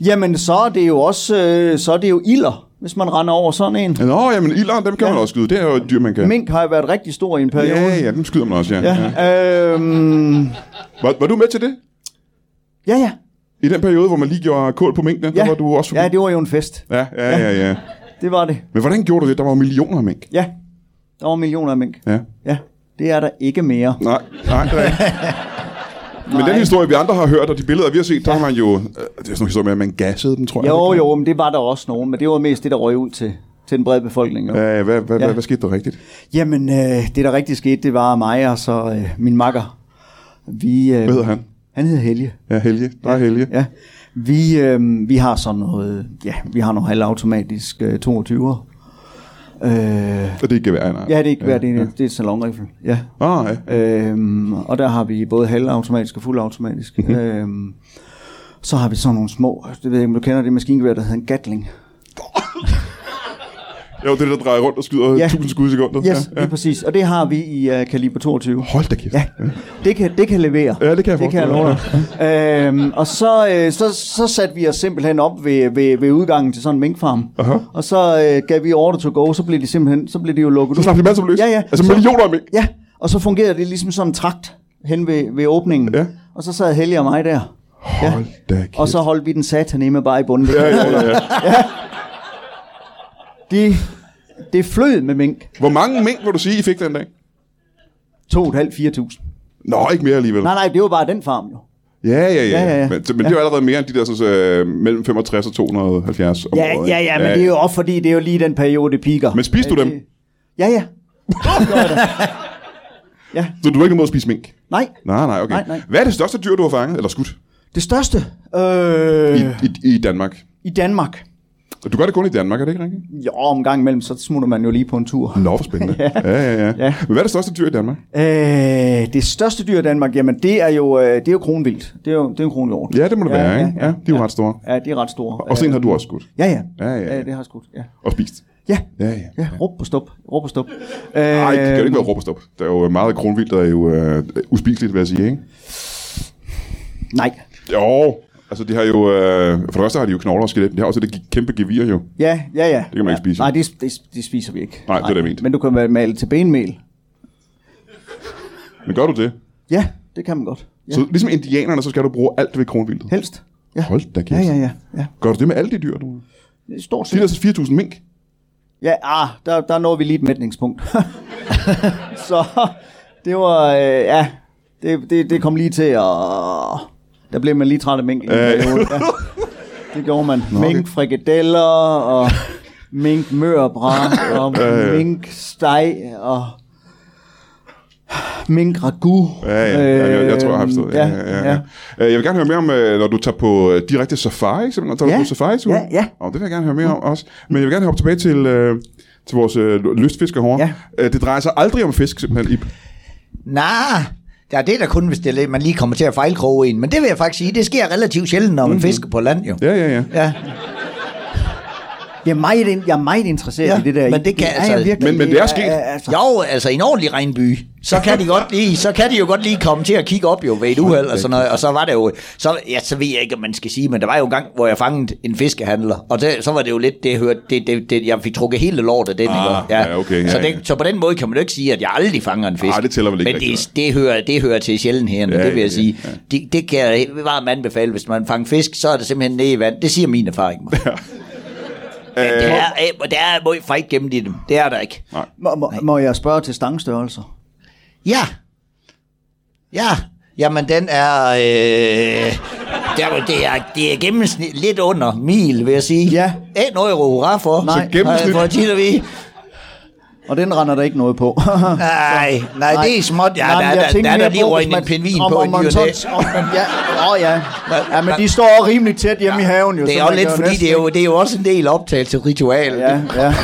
B: Jamen, så er det jo også, øh, så er det jo ilder, hvis man render over sådan en.
A: Nå, jamen ilderen, dem kan ja. man også skyde. Det er jo et dyr, man kan.
B: Mink har jo været rigtig stor i en periode.
A: ja, ja, dem skyder man også, ja. ja. ja.
B: Ja, øhm,
A: Var, var, du med til det?
B: ja, ja.
A: I den periode, hvor man lige gjorde kål på minkene, ja.
B: ja.
A: der var du også...
B: ja, det var jo en fest.
A: ja, ja, ja, ja.
B: Det var det.
A: Men hvordan gjorde du det? Der var jo millioner af mink.
B: Ja, der var millioner af mink.
A: Ja.
B: Ja, det er der ikke mere.
A: Nej, nej, det er ikke. Men den historie, vi andre har hørt, og de billeder, vi har set, der har man jo... Øh, det er sådan nogle historier med, at man gassede dem, tror jeg.
B: Jo, jo, men det var der også nogen, men det var mest det, der røg ud til, til den brede befolkning. Jo.
A: Ja, ja, hvad, hvad, ja.
B: Ja.
A: hvad, hvad skete der rigtigt?
B: Jamen, øh, det der rigtig skete, det var mig og så øh, min makker. Vi, øh,
A: Hvad hedder han?
B: Han hedder Helge.
A: Ja, Helge. Der er Helge.
B: Ja. Vi, øh, vi har sådan noget, ja, vi har noget halvautomatisk øh, 22'er. Øh,
A: Og det er ikke gevær, nej.
B: ja, det er ikke ja, det, er, ja. det er et salonrifle. Ja.
A: Ah, ja.
B: Øhm, og der har vi både halvautomatisk og fuldautomatisk.
A: Mhm.
B: øhm, så har vi sådan nogle små, det ved jeg ikke, om du kender det maskingevær, der hedder en Gatling.
A: Jo, det er det, der drejer rundt og skyder ja.
B: Ja.
A: 1000 skud i sekundet.
B: Yes, ja, ja. lige præcis. Og det har vi i uh, kaliber 22.
A: Hold da kæft.
B: Ja, det kan, det kan levere.
A: Ja, det kan jeg
B: det kan jeg love dig. øhm, og så, øh, så, så satte vi os simpelthen op ved, ved, ved udgangen til sådan en minkfarm.
A: Aha.
B: Og så øh, gav vi order to go, så blev de simpelthen, så blev de jo lukket
A: Så slap de masser løs.
B: Ja, ja.
A: Altså
B: Så-
A: millioner af mink.
B: Ja, og så fungerede det ligesom sådan en trakt hen ved, ved åbningen.
A: Ja.
B: Og så sad Helge og mig der.
A: Hold da kæft.
B: Og så holdt vi den sataneme bare i bunden.
A: Ja, ja, ja, ja.
B: De, det flød med mink.
A: Hvor mange mink, vil du sige, I fik den dag?
B: 2.500-4.000.
A: Nå, ikke mere alligevel.
B: Nej, nej, det var bare den farm jo.
A: Ja, ja, ja.
B: Ja, ja, ja.
A: Men, men det er jo allerede mere end de der sådan, øh, mellem 65 og 270 om
B: Ja,
A: året,
B: ja,
A: ikke?
B: ja, men det er jo også fordi, det er jo lige den periode, det piker.
A: Men spiste du dem?
B: Ja, ja.
A: Så du har ikke noget mod at spise mink?
B: Nej,
A: Nej, nej, okay.
B: Nej, nej.
A: Hvad er det største dyr, du har fanget, eller skudt,
B: det største øh,
A: i,
B: I...
A: i, i Danmark?
B: i Danmark.
A: Du gør det kun i Danmark, er det ikke rigtigt?
B: Jo, om gang imellem, så smutter man jo lige på en tur.
A: Nå, for spændende. ja. Ja, ja, ja. Men hvad er det største dyr i Danmark?
B: Øh, det største dyr i Danmark, jamen det er jo, øh, det er jo kronvildt. Det er jo, det er jo kronhjort.
A: Ja, det må det være, ikke? Ja, de er jo ret store.
B: Ja, de er ret store.
A: Og sen har du også skudt.
B: Ja, ja.
A: Ja, ja, ja.
B: det har jeg skudt. Ja.
A: Og spist.
B: Ja,
A: Ja, Øh. ja.
B: ja. Råb på stop. Råb på stop. Øhm,
A: Nej, det kan jo ikke være råb og stop. Der er jo meget kronvildt, der er jo øh, uspiseligt, vil jeg sige, ikke?
B: Nej.
A: Jo, altså de har jo, øh, for det første har de jo knogler og skelet, men de har også det gi- kæmpe gevir jo.
B: Ja, ja, ja. Det
A: kan man ikke spise.
B: Nej, det, det, det spiser vi ikke.
A: Nej, det er det, jeg mente.
B: Men du kan være male til benmel.
A: Men gør du det,
B: Ja, det kan man godt. Ja.
A: ja. så ligesom indianerne, så skal du bruge alt ved kronvildet.
B: Helst. Ja.
A: Hold da kæft.
B: Ja, ja, ja. ja.
A: Gør du det med alle de dyr, du?
B: Det er Stort
A: De
B: set.
A: der 4.000 mink.
B: Ja, ah, der, der når vi lige et mætningspunkt. så det var, øh, ja, det, det, det kom lige til at... Der blev man lige træt af
A: Øh.
B: mink. i en periode. Ja. Det gjorde man. Mink frikadeller og mink mørbræt og mink steg og mink ragu.
A: Ja, ja. Jeg, jeg, jeg tror, jeg har
B: Øh,
A: forstået. Ja, ja, ja, ja. Øh, Jeg vil gerne høre mere om, øh, når du tager på øh, direkte safari, simpelthen, når du tager
B: Ja.
A: du på safari -tur.
B: Ja, ja.
A: Og det vil jeg gerne høre mere om også. Men jeg vil gerne hoppe tilbage til, øh, til vores øh, lystfiskerhår.
B: Ja.
A: Øh, det drejer sig aldrig om fisk, simpelthen, Ib.
C: Nej, ja, det er da kun, hvis det er, lidt, man lige kommer til at fejlkroge en. Men det vil jeg faktisk sige, det sker relativt sjældent, når man
B: Mhm.
C: mm-hmm. fisker på land jo.
A: Ja, ja, ja.
C: Ja.
B: Jeg er meget, ind- jeg er meget interesseret
C: Ja,
B: ja, i det der.
C: men det kan
B: er
C: altså-
B: jeg virkelig.
A: Men- men det er sket.
B: altså,
C: Jo, altså i en ordentlig regnby, så kan de godt lige, så kan de jo godt lige komme til at kigge op jo ved et uheld og sådan noget, og så var det jo, så, ja, så ved jeg ikke, om man skal sige, men der var jo en gang, hvor jeg fangede en fiskehandler, og det, så var det jo lidt, det jeg hørte, det, det, det, jeg fik trukket hele lortet den,
A: Ah,
C: ikke?
A: ja, okay, ja,
C: så,
A: ja.
C: det, så på den måde kan man jo ikke sige, at jeg aldrig fanger en fisk.
A: Ah, det tæller vel ikke
C: Men
A: rigtig,
C: det, det, hører, det hører til sjældenhederne,
A: Ja,
C: ja, det vil jeg
A: ja,
C: ja, sige.
A: ja.
C: Ja. Det, det, kan jeg varmt anbefale, hvis man fanger fisk, så er det simpelthen nede i vand. Det siger min erfaring. mig. Men det er, øh, der er meget fight gennem i dem. Det er der ikke.
B: må, må, må jeg spørge til stangstørrelser?
C: Ja. Ja. Jamen, den er... Øh, der, det, er, det er gennemsnit lidt under mil, vil jeg sige.
B: Ja.
C: Ikke noget, jeg råber hurra for.
B: Nej. Så
A: gennemsnit-
C: For tit at vi...
B: Og den render der ikke noget på.
C: Nej, nej, det er småt. Ja,
B: men
C: der,
B: jeg
C: der, der,
B: tænkte
C: der, der
B: mere
C: lige
B: på,
C: røgnet
B: hvis
C: en pingvin
B: om-
C: på
B: om
C: en
B: man
C: ny og
B: så- om man- Ja, åh ja. Ja, men de står rimelig tæt hjemme i haven jo.
C: Det
B: så
C: er jo
B: man
C: lidt,
B: kan
C: fordi
B: næsten
C: det er jo, det er jo også en del optagelse ritual.
B: ikke- Ja, ja.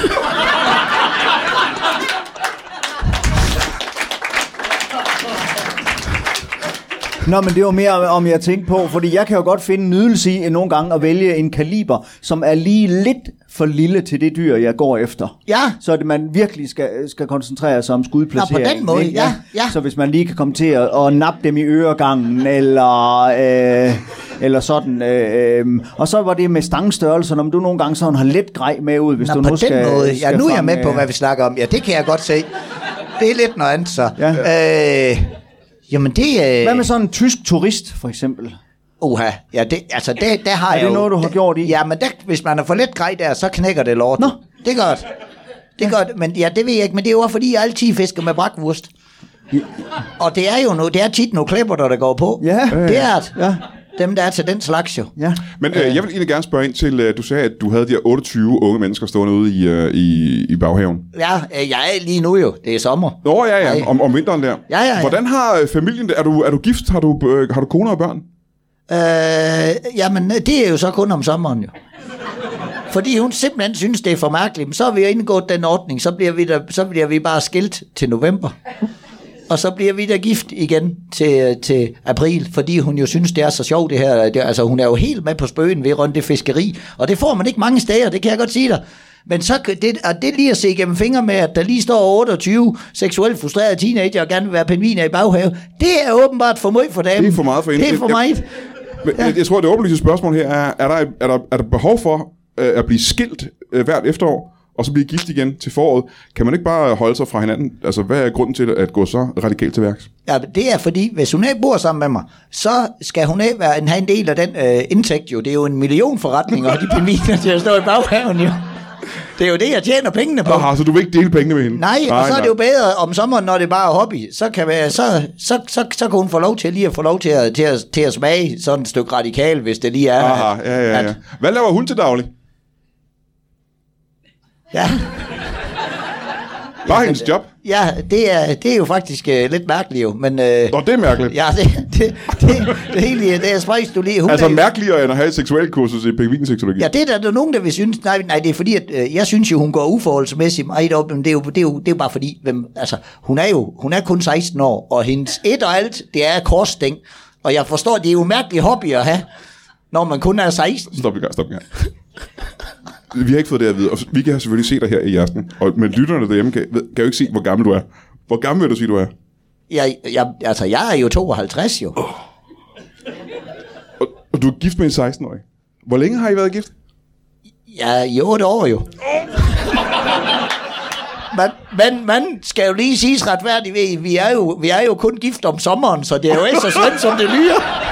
B: Nå, men det var mere om jeg tænkte på, fordi jeg kan jo godt finde nydelse i øh, nogle gange at vælge en kaliber, som er lige lidt for lille til det dyr, jeg går efter.
C: Ja.
B: Så det, man virkelig skal, øh, skal koncentrere sig om skudplaceringen.
C: Nå, på den måde,
B: ikke?
C: ja, ja.
B: Så hvis man lige kan komme til at, at nappe dem i øregangen, eller, øh, eller sådan. Øh, øh. Og så var det med stangstørrelsen, om du nogle gange sådan har lidt grej med ud, hvis
C: Nå,
B: du
C: på
B: nu
C: den
B: skal,
C: måde. Ja,
B: skal
C: nu er jeg
B: fange,
C: med på, hvad vi snakker om. Ja, det kan jeg godt se. Det er lidt noget andet, så.
B: Ja.
C: Øh, jamen, det... Øh,
B: Hvad med sådan en tysk turist, for eksempel?
C: Uha, ja, det, altså det, det har
B: Er
C: jeg
B: det
C: jo.
B: noget, du har
C: det,
B: gjort i?
C: Ja, men det, hvis man er for let grej der, så knækker det lort.
B: Nå.
C: Det er godt. Det er godt, men ja, det ved jeg ikke, men det er jo også, fordi jeg altid fisker med brakvurst. Og det er jo nu, det er tit nogle klipper, der, der går på.
B: Ja.
C: Det er det.
B: Ja.
C: Dem, der er til den slags jo.
B: Ja.
A: Men øh, jeg vil egentlig gerne spørge ind til, øh, du sagde, at du havde de her 28 unge mennesker stående ude i, øh, i, i baghaven.
C: Ja, øh, jeg er lige nu jo. Det er sommer.
A: Nå ja, ja,
C: Ej.
A: om, om vinteren der.
C: Ja, ja, ja.
A: Hvordan har øh, familien det? Er du, er du gift? Har du, øh, har du kone og børn?
C: Øh, jamen, det er jo så kun om sommeren jo. Fordi hun simpelthen synes, det er for mærkeligt. Men så har vi jo indgået den ordning, så bliver vi, der, så bliver vi bare skilt til november. Og så bliver vi da gift igen til, til april, fordi hun jo synes, det er så sjovt det her. Det, altså, hun er jo helt med på spøgen ved rundt det fiskeri, og det får man ikke mange steder, det kan jeg godt sige dig. Men så, kan det, og det lige at se gennem fingre med, at der lige står 28 seksuelt frustrerede teenager og gerne vil være pingviner i baghave, det er åbenbart for meget for damen.
A: Det er for meget for hende.
C: Det er for
A: Jeg-
C: meget.
A: Men, ja. jeg, jeg tror, det åbenlyse spørgsmål her er, er der, er der, er der behov for øh, at blive skilt øh, hvert efterår, og så blive gift igen til foråret? Kan man ikke bare holde sig fra hinanden? Altså, hvad er grunden til at gå så radikalt til værks?
C: Ja, det er fordi, hvis hun ikke bor sammen med mig, så skal hun ikke være en, have en del af den øh, indtægt jo. Det er jo en million forretning, og de pingviner til at stå i baghaven jo. Det er jo det, jeg tjener pengene på.
A: Aha, så du vil ikke dele pengene med hende?
C: Nej, nej, og så er det jo bedre om sommeren, når det bare er hobby. Så kan, være, så, så, så, så kan hun få lov til lige at få lov til at, til at, til at smage sådan et stykke radikal, hvis det lige er.
A: Aha, ja, ja, ja.
C: At,
A: Hvad laver hun til daglig?
C: ja,
A: Bare hendes job?
C: ja det, er, det er jo faktisk øh, lidt mærkeligt jo, men... Øh,
A: Nå, det er mærkeligt. Ja.
C: ja, det, det, det, det, hele det er spøjst, du lige... Hun
A: Altså
C: er jo-
A: mærkeligere end at have et seksuelt kursus i pingvinseksologi.
C: Ja, det er der, der er nogen, der vil synes. Nej, nej det er fordi, at øh, jeg synes jo, hun går uforholdsmæssigt meget op. Men det er jo, det er jo, det er jo bare fordi, hvem, altså, hun er jo hun er kun 16 år, og hendes et og alt, det er korsting. Og jeg forstår, det er jo en mærkelig hobby at have, når man kun er 16.
A: Stop i gang, stop i gang. Vi har ikke fået det at vide, og vi kan selvfølgelig se dig her i aften. Og, men lytterne derhjemme kan, ved- kan jo ikke se, hvor gammel du er. Hvor gammel vil du sige, du er?
C: Jeg, jeg, altså, jeg er jo 52 jo.
A: Og, og du er gift med en 16-årig. Hvor længe har I været gift?
C: Jeg er i 8 år jo. Men, men man skal jo lige siges retfærdigt, vi- vi er, jo, vi er jo kun gift om sommeren, så det er jo ikke så slemt, som det lyder.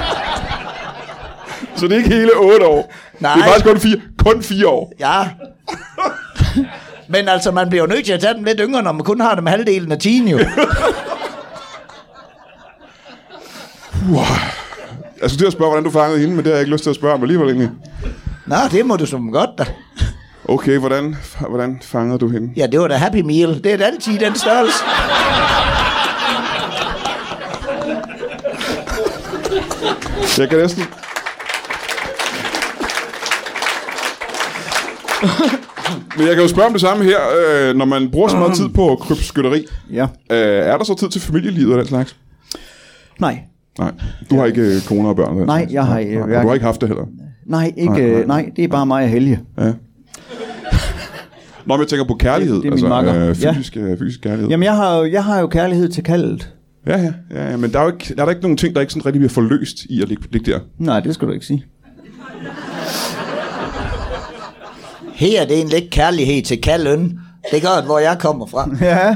A: Så det er ikke hele 8 år.
C: Nej.
A: Det er faktisk kun 4, kun 4 år.
C: Ja. Men altså, man bliver jo nødt til at tage dem lidt yngre, når man kun har dem halvdelen af tigen jo.
A: Jeg skulle til at spørge, hvordan Altså, du fangede hende, men det har jeg ikke lyst til at spørge om alligevel egentlig.
C: Nå, det må du som godt da.
A: Okay, hvordan, hvordan fangede du hende?
C: Ja, det var da Happy Meal. Det er da altid i den størrelse.
A: Jeg kan næsten... Men jeg kan jo spørge om det samme her. Øh, når man bruger så meget tid på krybskytteri,
B: Ja.
A: øh, er der så tid til familielivet og den slags?
B: Nej.
A: Nej. Du har ikke øh, kone og børn? og den
B: Nej,
A: slags.
B: jeg har, øh,
A: nej. Og Du
B: hverken-
A: har ikke haft det heller?
B: Nej,
A: Nej,
B: ikke,
A: nej.
B: øh, nej, det er bare mig og Helge.
A: Ja. Nå, men jeg tænker på kærlighed.
B: Det- det er min makker.
A: øh,
B: Ja.
A: fysisk, øh, fysisk kærlighed.
B: Jamen, jeg har, jo, jeg har jo kærlighed til kaldet.
A: Ja, ja, ja, ja, men der er, jo ikke, der er der ikke nogen ting, der ikke sådan rigtig bliver forløst i at ligge, ligge der.
B: Nej, det skal du ikke sige.
C: Her er det en lidt kærlighed til kaløn. Det gør, at hvor jeg kommer fra.
B: Ja,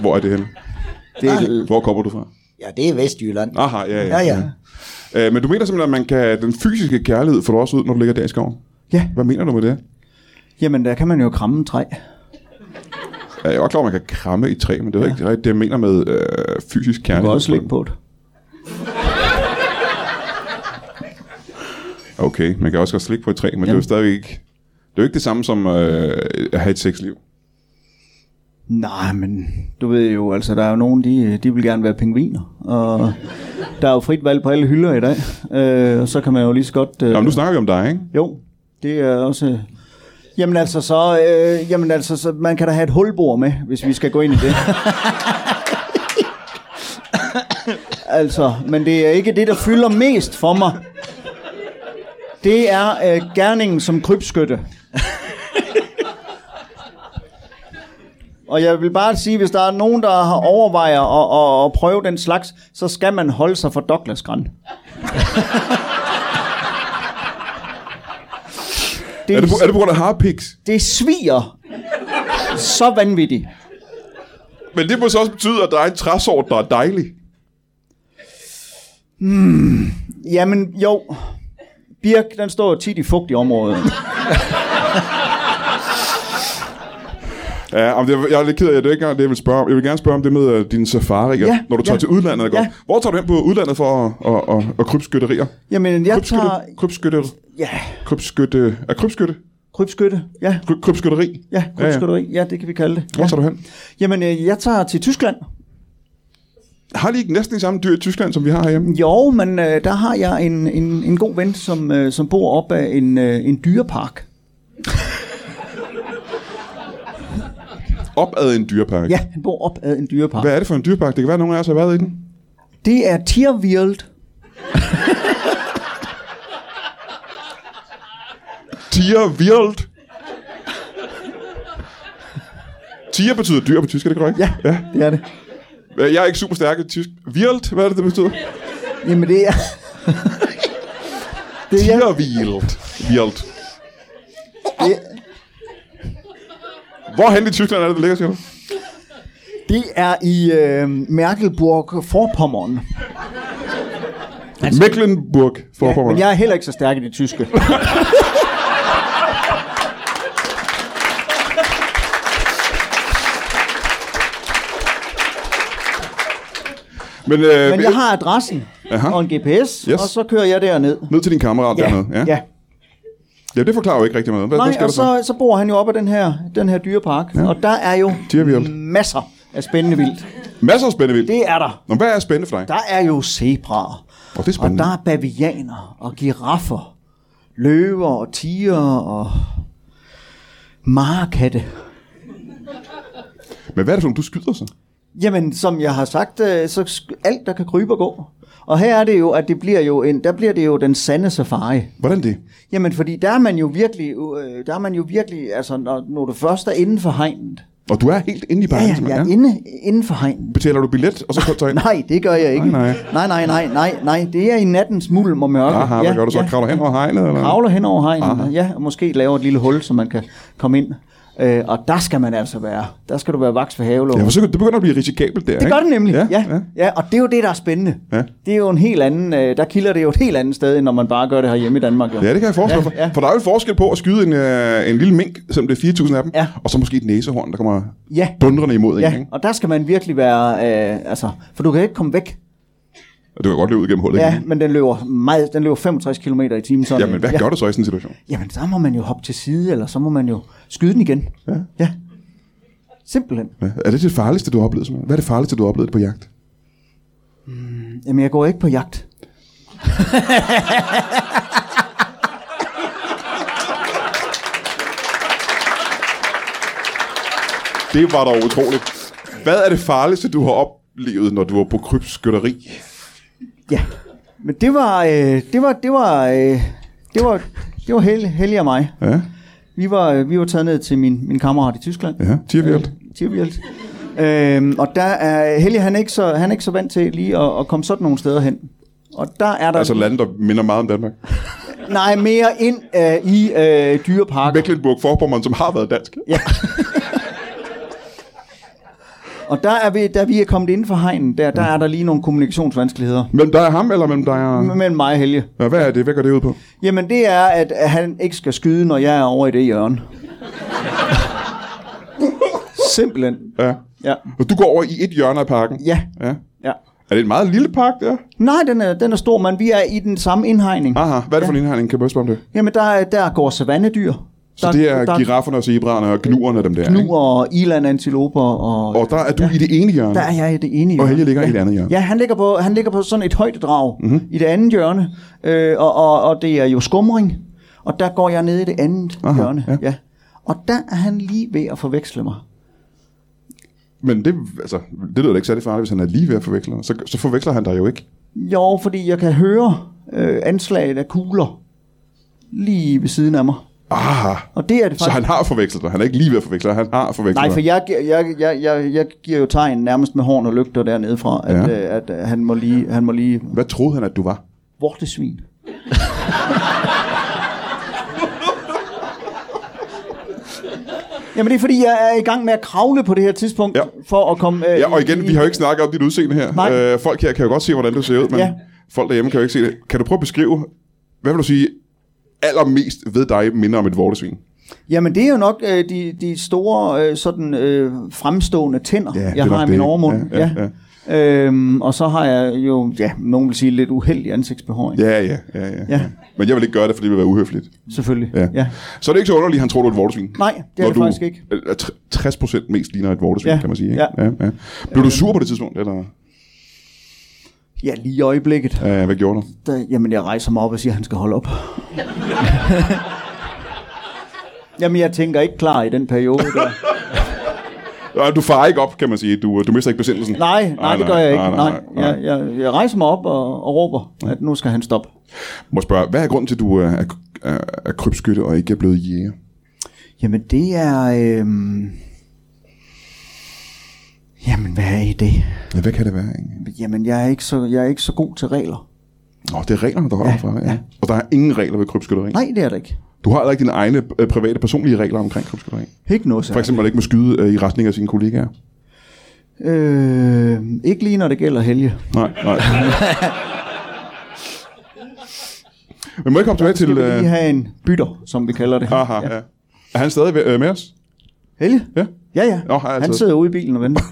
A: Hvor er det henne? Ah,
B: det er,
A: Hvor kommer du fra?
C: Ja, det er Vestjylland.
A: Aha, ja, ja.
C: Ja, ja.
A: Øh, men du mener simpelthen, at man kan, den fysiske kærlighed får du også ud, når du ligger der i skoven?
B: ja.
A: Hvad mener du med det?
B: Jamen, der kan man jo kramme en træ.
A: Jeg er godt klar, at man kan kramme i træ, men det er jo ikke rigtigt det, jeg mener med øh, fysisk
B: Du kan
A: kærlighed.
B: også ligge på det.
A: Okay, man kan også godt slikke på et træ, men det er jo
B: Jamen.
A: stadig ikke... Det er jo ikke det samme som øh, at have et sexliv.
B: Nej, men du ved jo, altså, der er jo nogen, de, de vil gerne være pingviner. Og der er jo frit valg på alle hylder i dag. Øh, og så kan man jo lige så godt... Øh,
A: Nå, men nu snakker vi om dig, ikke?
B: Jo, det er også... Jamen altså, så, øh, jamen altså så, man kan da have et hulbord med, hvis vi skal gå ind i det. altså, men det er ikke det, der fylder mest for mig. Det er øh, gerningen som krybskytte. Og jeg vil bare sige, hvis der er nogen, der har overvejer at, at, at prøve den slags, så skal man holde sig for Douglas Grand. Det
A: Er det, på, er det på grund af harpiks?
B: det sviger så vanvittigt.
A: Men det må så også betyde, at der er en træsort, der er dejlig.
B: Jamen, jo. Birk, den står jo tit i fugt i området.
A: Ja, men det, er- jeg er lidt ked af, at det er ikke engang det, jeg vil spørge om. Jeg vil gerne spørge om det med øh, dine safarier,
B: Ja,
A: når du tager
B: ja.
A: til udlandet. Ikke?
B: Ja.
A: Hvor tager du hen på udlandet for at, at, at, at krybskytterier?
B: Jamen, jeg
A: Krybskytte?
B: tager...
A: Krybskytte?
B: Ja,
A: Krybskytte? Er krybskytte?
B: krybskytte. Ja,
A: Kry, krybskytteri?
B: ja, krybskytteri. Ja, det kan vi kalde det.
A: Hvor
B: Ja.
A: tager du hen?
B: Jamen, øh, jeg tager til Tyskland.
A: Har de ikke næsten de samme dyr i Tyskland, som vi har herhjemme?
B: Jo, men øh, der har jeg en, en, en god ven, som, øh, som bor op af en, øh, en dyrepark.
A: Op ad en dyrepark.
B: Ja, han bor op ad en dyrepark.
A: Hvad er det for en dyrepark? Det kan være, at nogen af os har været i den.
B: Det er Tierwild.
A: Tier Wild. Tier betyder dyr på tysk, er det korrekt?
B: Ja,
A: ja.
B: det er det.
A: Øh, Jeg er ikke super stærk i tysk. Wild, hvad er det, det betyder?
B: Jamen, det er... det er,
A: Tier Wild. Wild.
B: det,
A: Hvorhen i Tyskland er det, det ligger, siger du?
B: det er i øh, Merkelburg-Forpommern.
A: Altså, Mecklenburg
B: Ja,
A: Vorpommern.
B: men jeg er heller ikke så stærk i det tyske.
A: men, øh,
B: Men jeg har adressen
A: Aha.
B: og en GPS,
A: Yes.
B: yes. og så kører jeg derned.
A: Ned til din kammerat ja. dernede. Ja. ja.
B: ja.
A: ja. det forklarer jo ikke rigtig meget. Hvad, hvad
B: Nej,
A: sker
B: og
A: der så?
B: så, så bor han jo op af den her, den her dyrepark, ja. og der er jo
A: Dyrevildt.
B: masser af spændende vildt.
A: Masser af spændende vildt.
B: Det er der.
A: Nå, hvad er spændende for dig?
B: Der er jo zebraer,
A: Åh, det er
B: og
A: spændende.
B: der er bavianer og giraffer, løver og tiger og marekatte.
A: Men hvad er det for, nogle, du skyder så?
B: Jamen, som jeg har sagt, øh, så sk- alt der kan krybe og gå. Og her er det jo, at det bliver jo en, der bliver det jo den sande safari.
A: Hvordan det?
B: Jamen, fordi der er man jo virkelig, øh, der er man jo virkelig, altså når, når du først er inden for hegnet.
A: Og du er helt inde i
B: Ja,
A: bakken,
B: ja, jeg er inde, inden for hegnet.
A: Betaler du billet, og så kommer du ind?
B: Nej, det gør jeg ikke.
A: Nej,
B: nej, nej, nej, nej, nej. Det er i nattens mulm og mørke.
A: Aha, hvad gør du så? Kravler hen over hegnet? Eller?
B: Kravler hen over hegnet, ja, og måske laver et lille hul, så man kan komme ind. Øh, og der skal man altså være. Der skal du være vaks for havelån.
A: Ja, for så, det begynder at blive risikabelt der,
B: Det
A: ikke?
B: gør det nemlig, ja, ja. ja. og det er jo det, der er spændende.
A: Ja.
B: Det er jo en helt anden, øh, der kilder det jo et helt andet sted, end når man bare gør det her hjemme i Danmark. Jo.
A: Ja, det kan jeg forestille mig. Ja,
B: Ja,
A: ja.
B: ja.
A: For der er jo en forskel på at skyde en, øh, en lille mink, som det er 4.000 af dem,
B: Ja.
A: og så måske et næsehorn, der kommer
B: Ja.
A: dundrende imod en.
B: Ja,
A: Ikke?
B: og der skal man virkelig være, øh, altså, for du kan ikke komme væk.
A: Og Du kan godt løbe ud gennem hullet.
B: Ja,
A: ikke?
B: men den løber, meget, den løber 65 km i timen. Sådan
A: Jamen,
B: en.
A: hvad
B: ja.
A: gør du så i sådan en situation?
B: Jamen, så må man jo hoppe til side, eller så må man jo skyde den igen. Ja. ja. Simpelthen.
A: Ja. Er det det farligste, du har oplevet? Simon? Hvad er det farligste, du har oplevet på jagt?
B: Jamen, jeg går ikke på jagt.
A: Det var da utroligt. Hvad er det farligste, du har oplevet, når du var på krybskytteri?
B: Ja, men det var, øh, det var, det var, øh, det var, det var hel, heldig af mig.
A: Ja,
B: Vi var, øh, vi var taget ned til min, min kammerat i Tyskland.
A: ja. Tirvjert.
B: Tivjelt. Øhm, og der er Helge, han er ikke så, han er ikke så vant til lige at, at komme sådan nogle steder hen. Og der er der...
A: Altså lande, der minder meget om Danmark.
B: nej, mere ind øh, i øh, dyreparker.
A: Mecklenburg-Vorpommern, som har været dansk.
B: Ja. og der er vi, der vi er kommet inden for hegnen, der, der er der lige nogle kommunikationsvanskeligheder.
A: Mellem dig og ham, eller mellem dig og...
B: Mellem mig og Helge.
A: Ja, hvad er det? Hvad går det ud på?
B: Jamen det er, at at han ikke skal skyde, når jeg er over i det hjørne. Simpelthen.
A: Ja.
B: Ja.
A: Og du går over i et hjørne af parken.
B: Ja.
A: ja.
B: ja.
A: Er det en meget lille park, der?
B: Nej, den er, den er stor, men vi er i den samme indhegning.
A: Aha, hvad er det for en indhegning? Kan jeg bare spørge om det?
B: Jamen, der, der går savannedyr.
A: Så
B: der,
A: det er
B: der
A: girafferne og zebraerne og gnuerne dem der,
B: nu og ilandantiloper og...
A: Og der er du ja. i det ene hjørne.
B: Der er jeg i det ene hjørne.
A: Og Helge ligger i det andet hjørne.
B: Ja, han ligger på, han ligger på sådan et højdedrag mm-hmm.
A: Mhm.
B: i det andet hjørne, øh, og, og, og det er jo skumring, og der går jeg ned i det andet
A: Aha,
B: Aha, hjørne.
A: ja.
B: Ja. ja. Og der er han lige ved at forveksle mig.
A: Men det, altså, det lyder da ikke særlig farligt, hvis han er lige ved at forveksle. dig. Så, så forveksler han dig jo ikke.
B: Jo, fordi jeg kan høre øh, anslaget af kugler lige ved siden af mig.
A: Aha,
B: Og det er det
A: så
B: faktisk...
A: han har forvekslet dig. Han er ikke lige ved at forveksle dig, han har forvekslet
B: Nej, for
A: dig.
B: jeg, gi- jeg, jeg, jeg, jeg giver jo tegn nærmest med horn og lygter dernede fra, at,
A: Ja.
B: ja. at, at han må lige, han må lige
A: Hvad troede han, at du var?
B: vortesvin. Jamen det er fordi, jeg er i gang med at kravle på det her tidspunkt,
A: Ja.
B: ja. for at komme... Øh,
A: Ja, og igen,
B: i-
A: vi har jo ikke snakket om dit udseende her.
B: Nej.
A: Øh, folk her kan jo godt se, hvordan du ser ud, men ja.
B: Ja.
A: folk derhjemme kan jo ikke se det. Kan du prøve at beskrive, hvad vil du sige, allermest ved dig minder om et vortesvin?
B: Jamen det er jo nok øh, de, de store øh, sådan, øh, fremstående tænder,
A: Ja,
B: ja,
A: det er
B: jeg har
A: nok
B: i min
A: det.
B: overmund.
A: Ja, ja,
B: Øhm, og så har jeg jo, ja, nogen vil sige lidt uheldig ansigtsbehåring. Ja.
A: Ja, ja, ja, ja.
B: Ja.
A: Men jeg vil ikke gøre det, for det vil være uhøfligt.
B: Selvfølgelig.
A: Ja.
B: Ja. Ja.
A: Så er det ikke så underligt, at han tror, du er et vortesvin?
B: Nej, det er
A: Når
B: det
A: du
B: faktisk ikke.
A: er tr- 60% mest ligner et vortesvin, ja.
B: Ja,
A: kan man sige. Ikke?
B: ja. Øhm.
A: Ja, ja. Blev du sur på det tidspunkt, eller
B: ja, lige i øjeblikket.
A: øh, hvad gjorde du?
B: der, jamen jeg rejser mig op og siger, at han skal holde op. jamen jeg tænker ikke klar i den periode der.
A: Øh, Du farer ikke op, kan man sige. Du, du mister ikke besindelsen.
B: Nej, nej, nej det gør jeg ikke. Nej, nej,
A: nej.
B: Jeg, jeg, jeg rejser mig op og, og råber, at nu skal han stoppe.
A: Må jeg spørge, hvad er grunden til, at du øh, er, er, er krybskytte og ikke er blevet jæger?
B: Jamen det er... Øhm... Jamen hvad er i det?
A: Ja, hvad kan det være? Ikke?
B: Jamen jeg er, ikke så, jeg er ikke så god til regler.
A: Nå, det er reglerne, der holder ja,
B: Ja,
A: fra. Ja.
B: ja.
A: Og der er ingen regler ved krybskytteri.
B: Nej, det er det ikke.
A: Du har heller ikke dine egne øh, private, personlige regler omkring krybskytteri.
B: Ikke noget
A: For
B: særligt.
A: eksempel, at man ikke må skyde øh, i retning af sine kollegaer.
B: Øh, ikke lige når det gælder helge.
A: Nej, nej. Men må jeg komme tilbage
B: Skal
A: til...
B: vi lige
A: Øh,
B: have en bytter, som vi kalder det.
A: aha, ja. Ja. Er han stadig ved- øh, med os?
B: Helge?
A: Ja.
B: Ja, ja.
A: Nå, har jeg
B: han
A: taget-
B: sidder ude i bilen og venter.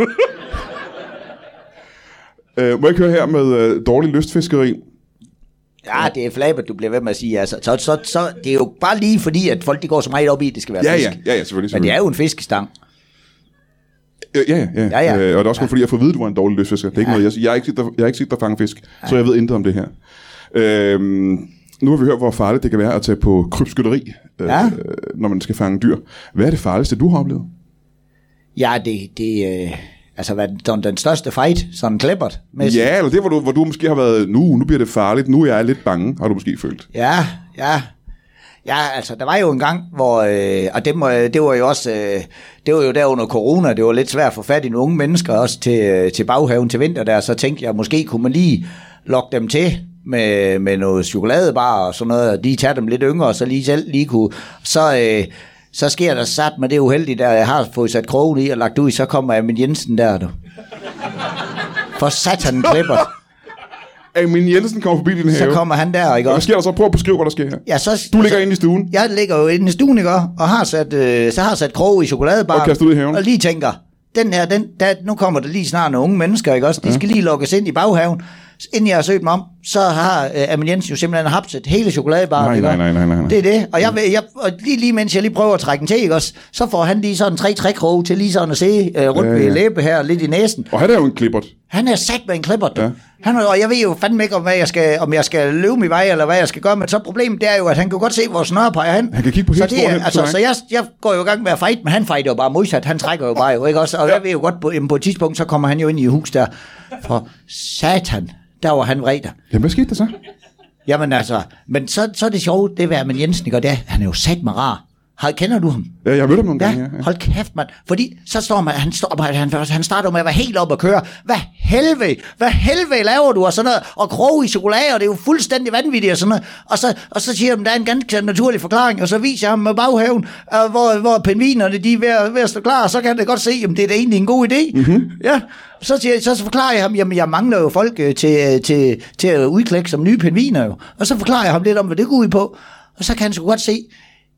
A: Øh, må jeg køre her med øh, dårlig lystfiskeri?
C: Ja, det er flabet, du bliver ved med at sige. Altså. Så, så, så, det er jo bare lige fordi, at folk de går så meget op i, at det skal være
A: Ja,
C: fisk.
A: ja, ja, ja selvfølgelig.
C: Men det er
A: selvfølgelig.
C: jo en fiskestang.
A: Øh, Ja, ja, ja.
C: Ja, ja.
A: Øh, og det er også kun fordi, jeg får at vide, at du er en dårlig lystfisker. Det er ikke noget, jeg siger. Jeg har ikke set dig, jeg har ikke set dig fange fisk, så jeg ved intet om det her. Øhm, nu har vi hørt, hvor farligt det kan være at tage på krybskytteri, øh,
C: Ja.
A: når man skal fange dyr. Hvad er det farligste, du har oplevet?
C: Ja, det, det øh, altså hvad, den, den største fight, sådan en klippert.
A: Ja, eller det, hvor du, hvor du måske har været, nu, nu bliver det farligt, nu er jeg lidt bange, har du måske følt.
C: Ja, ja. Ja, altså, der var jo en gang, hvor, øh, og det, må, det var jo også, øh, det var jo der under corona, det var lidt svært at få fat i nogle unge mennesker, også til, øh, til baghaven til vinter der, så tænkte jeg, måske kunne man lige lokke dem til med, med noget chokoladebar og sådan noget, og lige tage dem lidt yngre, og så lige selv lige kunne, så, øh, så sker der sat med det uheldige der, jeg har fået sat krogen i og lagt ud, så kommer Amin Jensen der, du. For satan klipper,
A: Amin Jensen kommer forbi din have.
C: så kommer han der, ikke
A: Hvad
C: også?
A: sker der så? Prøv at beskrive, hvad der sker her.
C: Ja, så,
A: Du ligger inde i stuen.
C: jeg ligger jo inde i stuen, ikke? også? Og har sat, øh, så har sat krog i chokoladebaren.
A: Og kastet ud i haven.
C: Og lige tænker, den her, den, der, nu kommer der lige snart nogle unge mennesker, ikke også? De skal lige lukkes ind i baghaven. inden jeg har søgt mig om, så har øh, Amin Jensen jo simpelthen hapset hele chokoladebaren.
A: Nej,
C: ikke
A: nej,
C: også?
A: nej, nej, nej.
C: Det er det. Og, jeg, vil- jeg, og lige, lige mens jeg lige prøver at trække den til, ikke også, så får han lige sådan tre trækroge til lige sådan at se øh, rundt
A: Ja,
C: ved
A: ja.
C: læbe her, lidt i næsen.
A: Og han er jo en klippert.
C: Han er sat med en klipper, du.
A: Ja.
C: Ja. Han, er- og jeg ved jo fandme ikke, om, hvad jeg skal, om jeg skal løbe min vej, eller hvad jeg skal gøre, men så problemet det er jo, at han kan godt se, hvor snøret peger hen.
A: Han kan kigge på
C: så
A: helt
C: det
A: store
C: er,
A: hen,
C: altså,
A: så
C: så jeg, jeg går jo i gang med at fight, men han fighter jo bare modsat. Han trækker jo bare jo, ikke også? Og ja. jeg ved jo godt, på, jamen, på et tidspunkt, så kommer han jo ind i hus der. For satan, der var han vredt.
A: Jamen, hvad skete der så?
C: Jamen altså, men så, så er det sjovt, det er, men Jensen, ikke? Og det er, han er jo sat mig rar. Har, kender du ham?
A: Ja, jeg har mødt ham nogle
C: Ja,
A: gange, ja. ja.
C: hold kæft, mand. Fordi så står man, han, står, han, han, han starter med at være helt op at køre. Hvad helvede, hvad helvede laver du? Og sådan noget, og krog i chokolade, og det er jo fuldstændig vanvittigt og sådan noget. Og så, og så siger han, der er en ganske naturlig forklaring, og så viser jeg ham med baghaven, øh, hvor, hvor pingvinerne, de er ved, at- ved at stå klar, og så kan det godt se, om det er da egentlig en god idé.
A: Mhm.
C: Mm-hmm. Ja, så, siger, så forklarer jeg ham, jamen jeg mangler jo folk øh, til, til, til at udklække som nye pingviner jo. Og så forklarer jeg ham lidt om, hvad det går ud på. Og så kan han så godt se,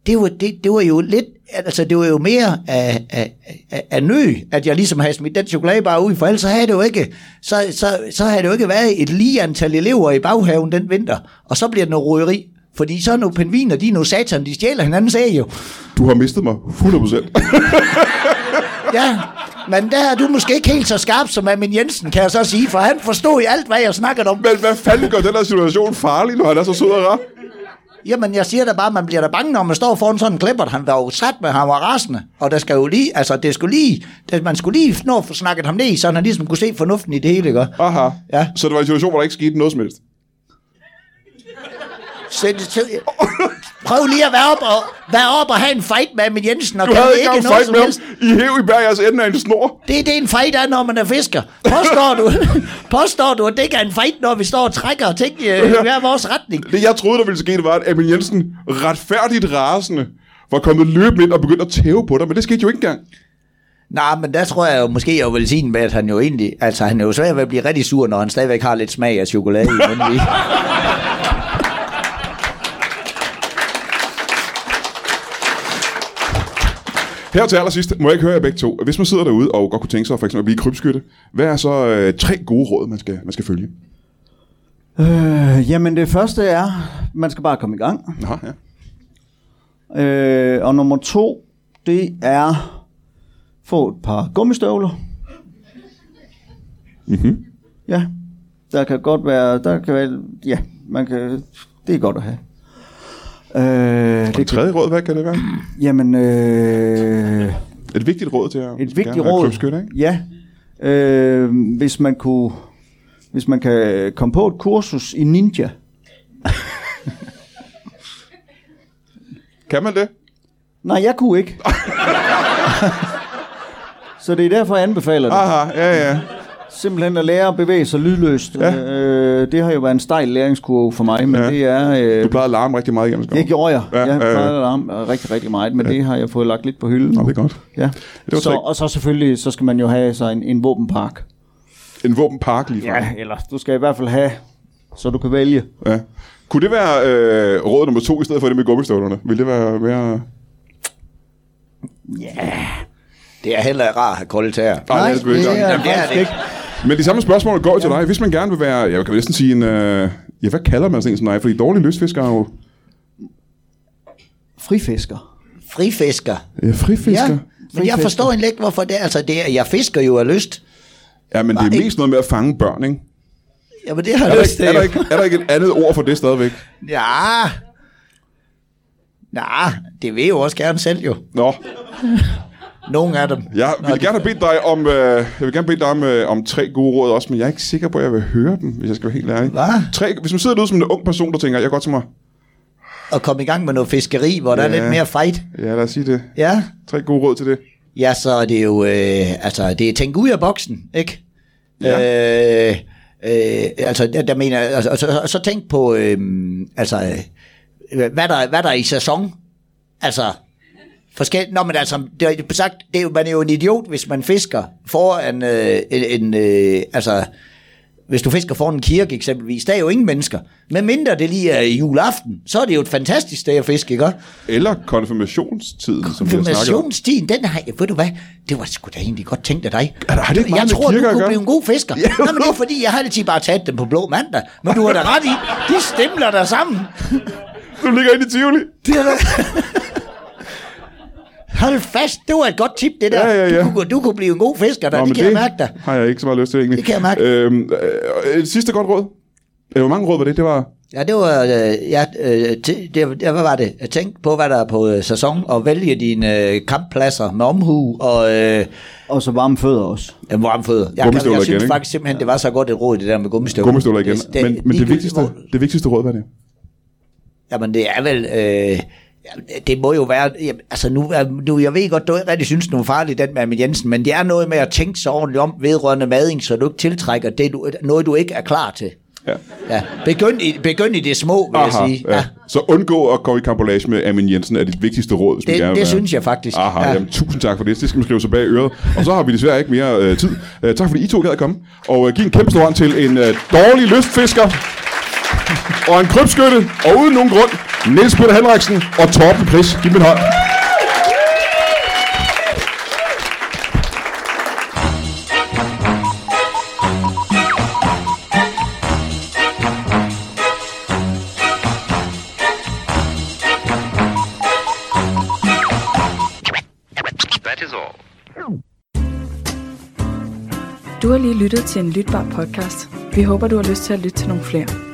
C: det var, det, det var jo lidt, altså det var jo mere af, af, af, af nø, at jeg ligesom havde smidt den chokoladebar ud, for ellers så havde det jo ikke, så, så, så havde det jo ikke været et lige antal elever i baghaven den vinter, og så bliver det noget røgeri. Fordi så er nogle pingviner, de er nogle satan, de stjæler hinandens æg jo.
A: Du har mistet mig 100%.
C: Ja, men der er du måske ikke helt så skarp som Amin Jensen, kan jeg så sige, for han forstod i alt, hvad jeg snakkede om.
A: Men hvad fanden gør den her situation farlig, når han er så sød og rar?
C: Jamen, jeg siger da bare, man bliver da bange, når man står foran sådan en klippert. Han var jo sat med ham og rasende. Og der skal jo lige, altså det skulle lige, det, man skulle lige nå at få snakket ham ned, i, så han ligesom kunne se fornuften i det hele, ikke?
A: Aha.
C: Ja.
A: Så det var en situation, hvor der ikke skete noget som helst.
C: Så, så, prøv lige at være op og, være op og have en fight med Amin Jensen, og
A: Du
C: kan
A: havde
C: ikke
A: ikke engang
C: noget
A: fight
C: som
A: med ham.
C: helst.
A: I hæv i bær jeres ende af en snor.
C: Det er det, en fight er, når man er fisker. Påstår du, påstår du at det ikke er en fight, når vi står og trækker og ting øh, i hver vores retning?
A: Det jeg troede, der ville ske, det var, at Emil Jensen retfærdigt rasende var kommet løbende ind og begyndt at tæve på dig, men det skete jo ikke engang.
C: Nej, men der tror jeg jo måske, jeg vil sige med, at han jo egentlig... Altså, han er jo svær ved at blive rigtig sur, når han stadigvæk har lidt smag af chokolade i munden.
A: Her til allersidst må jeg ikke høre jer begge to. Hvis man sidder derude og godt kunne tænke sig for eksempel at blive krybskytte, hvad er så øh, tre gode råd, man skal, man skal følge?
B: Øh, jamen det første er, man skal bare komme i gang.
A: Nå, ja.
B: Øh, og nummer to, det er få et par gummistøvler. Mhm. Ja, der kan godt være, der kan være, ja, man kan, det er godt at have. Øh,
A: Og det
B: det,
A: tredje råd, hvad kan det være?
B: jamen, øh,
A: Et vigtigt råd til at
B: et
A: gerne
B: vigtigt
A: være
B: råd.
A: krybskytte, ikke?
B: Ja. Øh, hvis man kunne, hvis man kan komme på et kursus i ninja.
A: Kan man det?
B: Nej, jeg kunne ikke. Så det er derfor, jeg anbefaler det.
A: Aha, ja, ja.
B: Simpelthen at lære at bevæge sig lydløst.
A: Ja.
B: Ja. Øh, det har jo været en stejl læringskurve for mig, men
A: Ja.
B: ja. det er... Øh,
A: Du plejede at larme rigtig meget igennem skoven.
B: det gjorde jeg.
A: Ja,
B: Ja, jeg
A: ja, ja.
B: plejede at larme rigtig, rigtig meget, men ja. det har jeg fået lagt lidt på hylden.
A: Nå, det er godt.
B: Ja.
A: Det var
B: så,
A: trick.
B: og så selvfølgelig, så skal man jo have sig en, en våbenpark.
A: En våbenpark lige fra.
B: Ja, eller du skal i hvert fald have, så du kan vælge.
A: Ja. Kunne det være øh, råd nummer to, i stedet for det med gummistøvlerne? Vil det være mere...
C: det er heller rart at have kolde tæer.
A: Nej, det er sgu ikke
B: det
A: sådan.
B: er
C: Jamen, det er
B: faktisk
C: det
B: ikke.
C: ikke.
A: Men de samme spørgsmål går jo til dig. Hvis man gerne vil være, jeg kan næsten sige en, øh, ja, hvad kalder man sådan en som dig? Fordi dårlige lystfiskere er jo
B: Frifisker.
C: Frifisker.
A: ja, øh, frifisker.
C: Ja,
A: Ja.
C: men jeg
B: Frifisker.
C: forstår egentlig ikke, hvorfor det er. Altså, det er, jeg fisker jo af lyst.
A: ja, men det
C: Nej,
A: er
C: ikke-
A: mest noget med at fange børn, ikke?
C: Jamen, det har
A: Er
C: jeg
A: der
C: lyst
A: ikke, er der ikke, er der ikke et andet ord for det stadigvæk?
C: Ja. Nej, det vil jeg jo også gerne selv jo.
A: Nå,
C: Nogle af dem.
A: jeg vil gerne have bedt dig om, øh, jeg vil gerne bede dig om, øh, om tre gode råd også, men jeg er ikke sikker på, at jeg vil høre dem, hvis jeg skal være helt ærlig.
C: Hvad?
A: Tre, hvis man sidder derude som en ung person, der tænker, jeg godt til mig,
C: Og komme i gang med noget fiskeri, hvor der er
A: Ja.
C: lidt mere fight.
A: ja lad os sige det.
C: Ja.
A: Tre gode råd til det.
C: Ja, så er det jo, øh, altså, det er tænk ud af boksen, ikke?
A: Ja.
C: Øh, øh, altså, der, der mener jeg, altså, så, så, så tænk på, øh, altså, øh, hvad, der, hvad der er i sæson, altså, forskelligt, nå, men altså, det er jo sagt, det er jo, man er jo en idiot, hvis man fisker foran øh, en, en øh, altså, hvis du fisker foran en kirke eksempelvis, der er jo ingen mennesker. Men mindre det lige er juleaften, så er det jo et fantastisk sted at fiske, ikke?
A: Eller konfirmationstiden, som vi har snakket om.
C: Konfirmationstiden, den har jeg, ved du hvad, det var sgu da egentlig godt tænkt af dig.
A: der- har det ikke meget
C: jeg
A: med
C: tror, du
A: kirker at
C: kunne
A: gøre?
C: blive en god fisker. Ja. Nej, men det er fordi, jeg har altid bare taget dem på blå mandag. Men du har da ret i, de stemler der sammen.
A: Du ligger inde i Tivoli.
C: Det er da... Hold fast, det var et godt tip, det der.
A: Ja, ja, ja.
C: Du, kunne, du kunne blive en god fisker, der.
A: Nå,
C: det
A: men
C: kan jeg mærke dig.
A: har jeg ikke så meget lyst til, egentlig.
C: Det kan jeg mærke.
A: Øhm, øh, et sidste godt råd. Øh, Hvor mange råd var det? Det var...
C: Ja, det var, øh, ja, øh, t- det, ja, hvad var det? Tænk på, hvad der er på øh, sæson, og vælge dine øh, kamppladser med omhu og øh,
B: Og så varme fødder også.
C: øh, varmfødder. Jeg, jeg,
A: Gummistøvler
C: jeg
A: igen,
C: synes
A: ikke?
C: faktisk simpelthen, det var så godt et råd, det der med gummistøvler.
A: Gummistøvler igen.
C: Det-
A: Det, men men det,
C: ligegyldigt
A: vigtigste,
C: hvor-
A: det vigtigste råd var det.
C: Jamen, det er vel... Øh, jamen, det må jo være... Jamen, altså, nu, er- nu, jeg ved godt, du ikke rigtig synes, den var farlig, den med Amin Jensen, men det er noget med at tænke så ordentligt om vedrørende mading, så du ikke tiltrækker det, du, noget, du ikke er klar til.
A: Ja.
C: Ja. Begynd, i, begynd i det små, vil Aha, jeg sige. Ja.
A: ja. Så undgå at gå i kampolage med Amin Jensen er dit vigtigste råd. Hvis man
C: Det,
A: gerne vil
C: det
A: være-
C: synes jeg faktisk.
A: Aha, ja.
C: ja.
A: jamen, tusind tak for det. Det skal man skrive sig bag øret. Og så har vi desværre ikke mere øh, tid. Øh, tak fordi I to gad at komme. Og øh, giv en kæmpe stor hånd til en øh, dårlig lystfisker. Og en krybskytte. Og uden nogen grund, Niels Peter Henriksen og Torben Chris. Giv min hånd.
D: That is all.
E: Du har lige lyttet til en lytbar podcast. Vi håber, du har lyst til at lytte til nogle flere.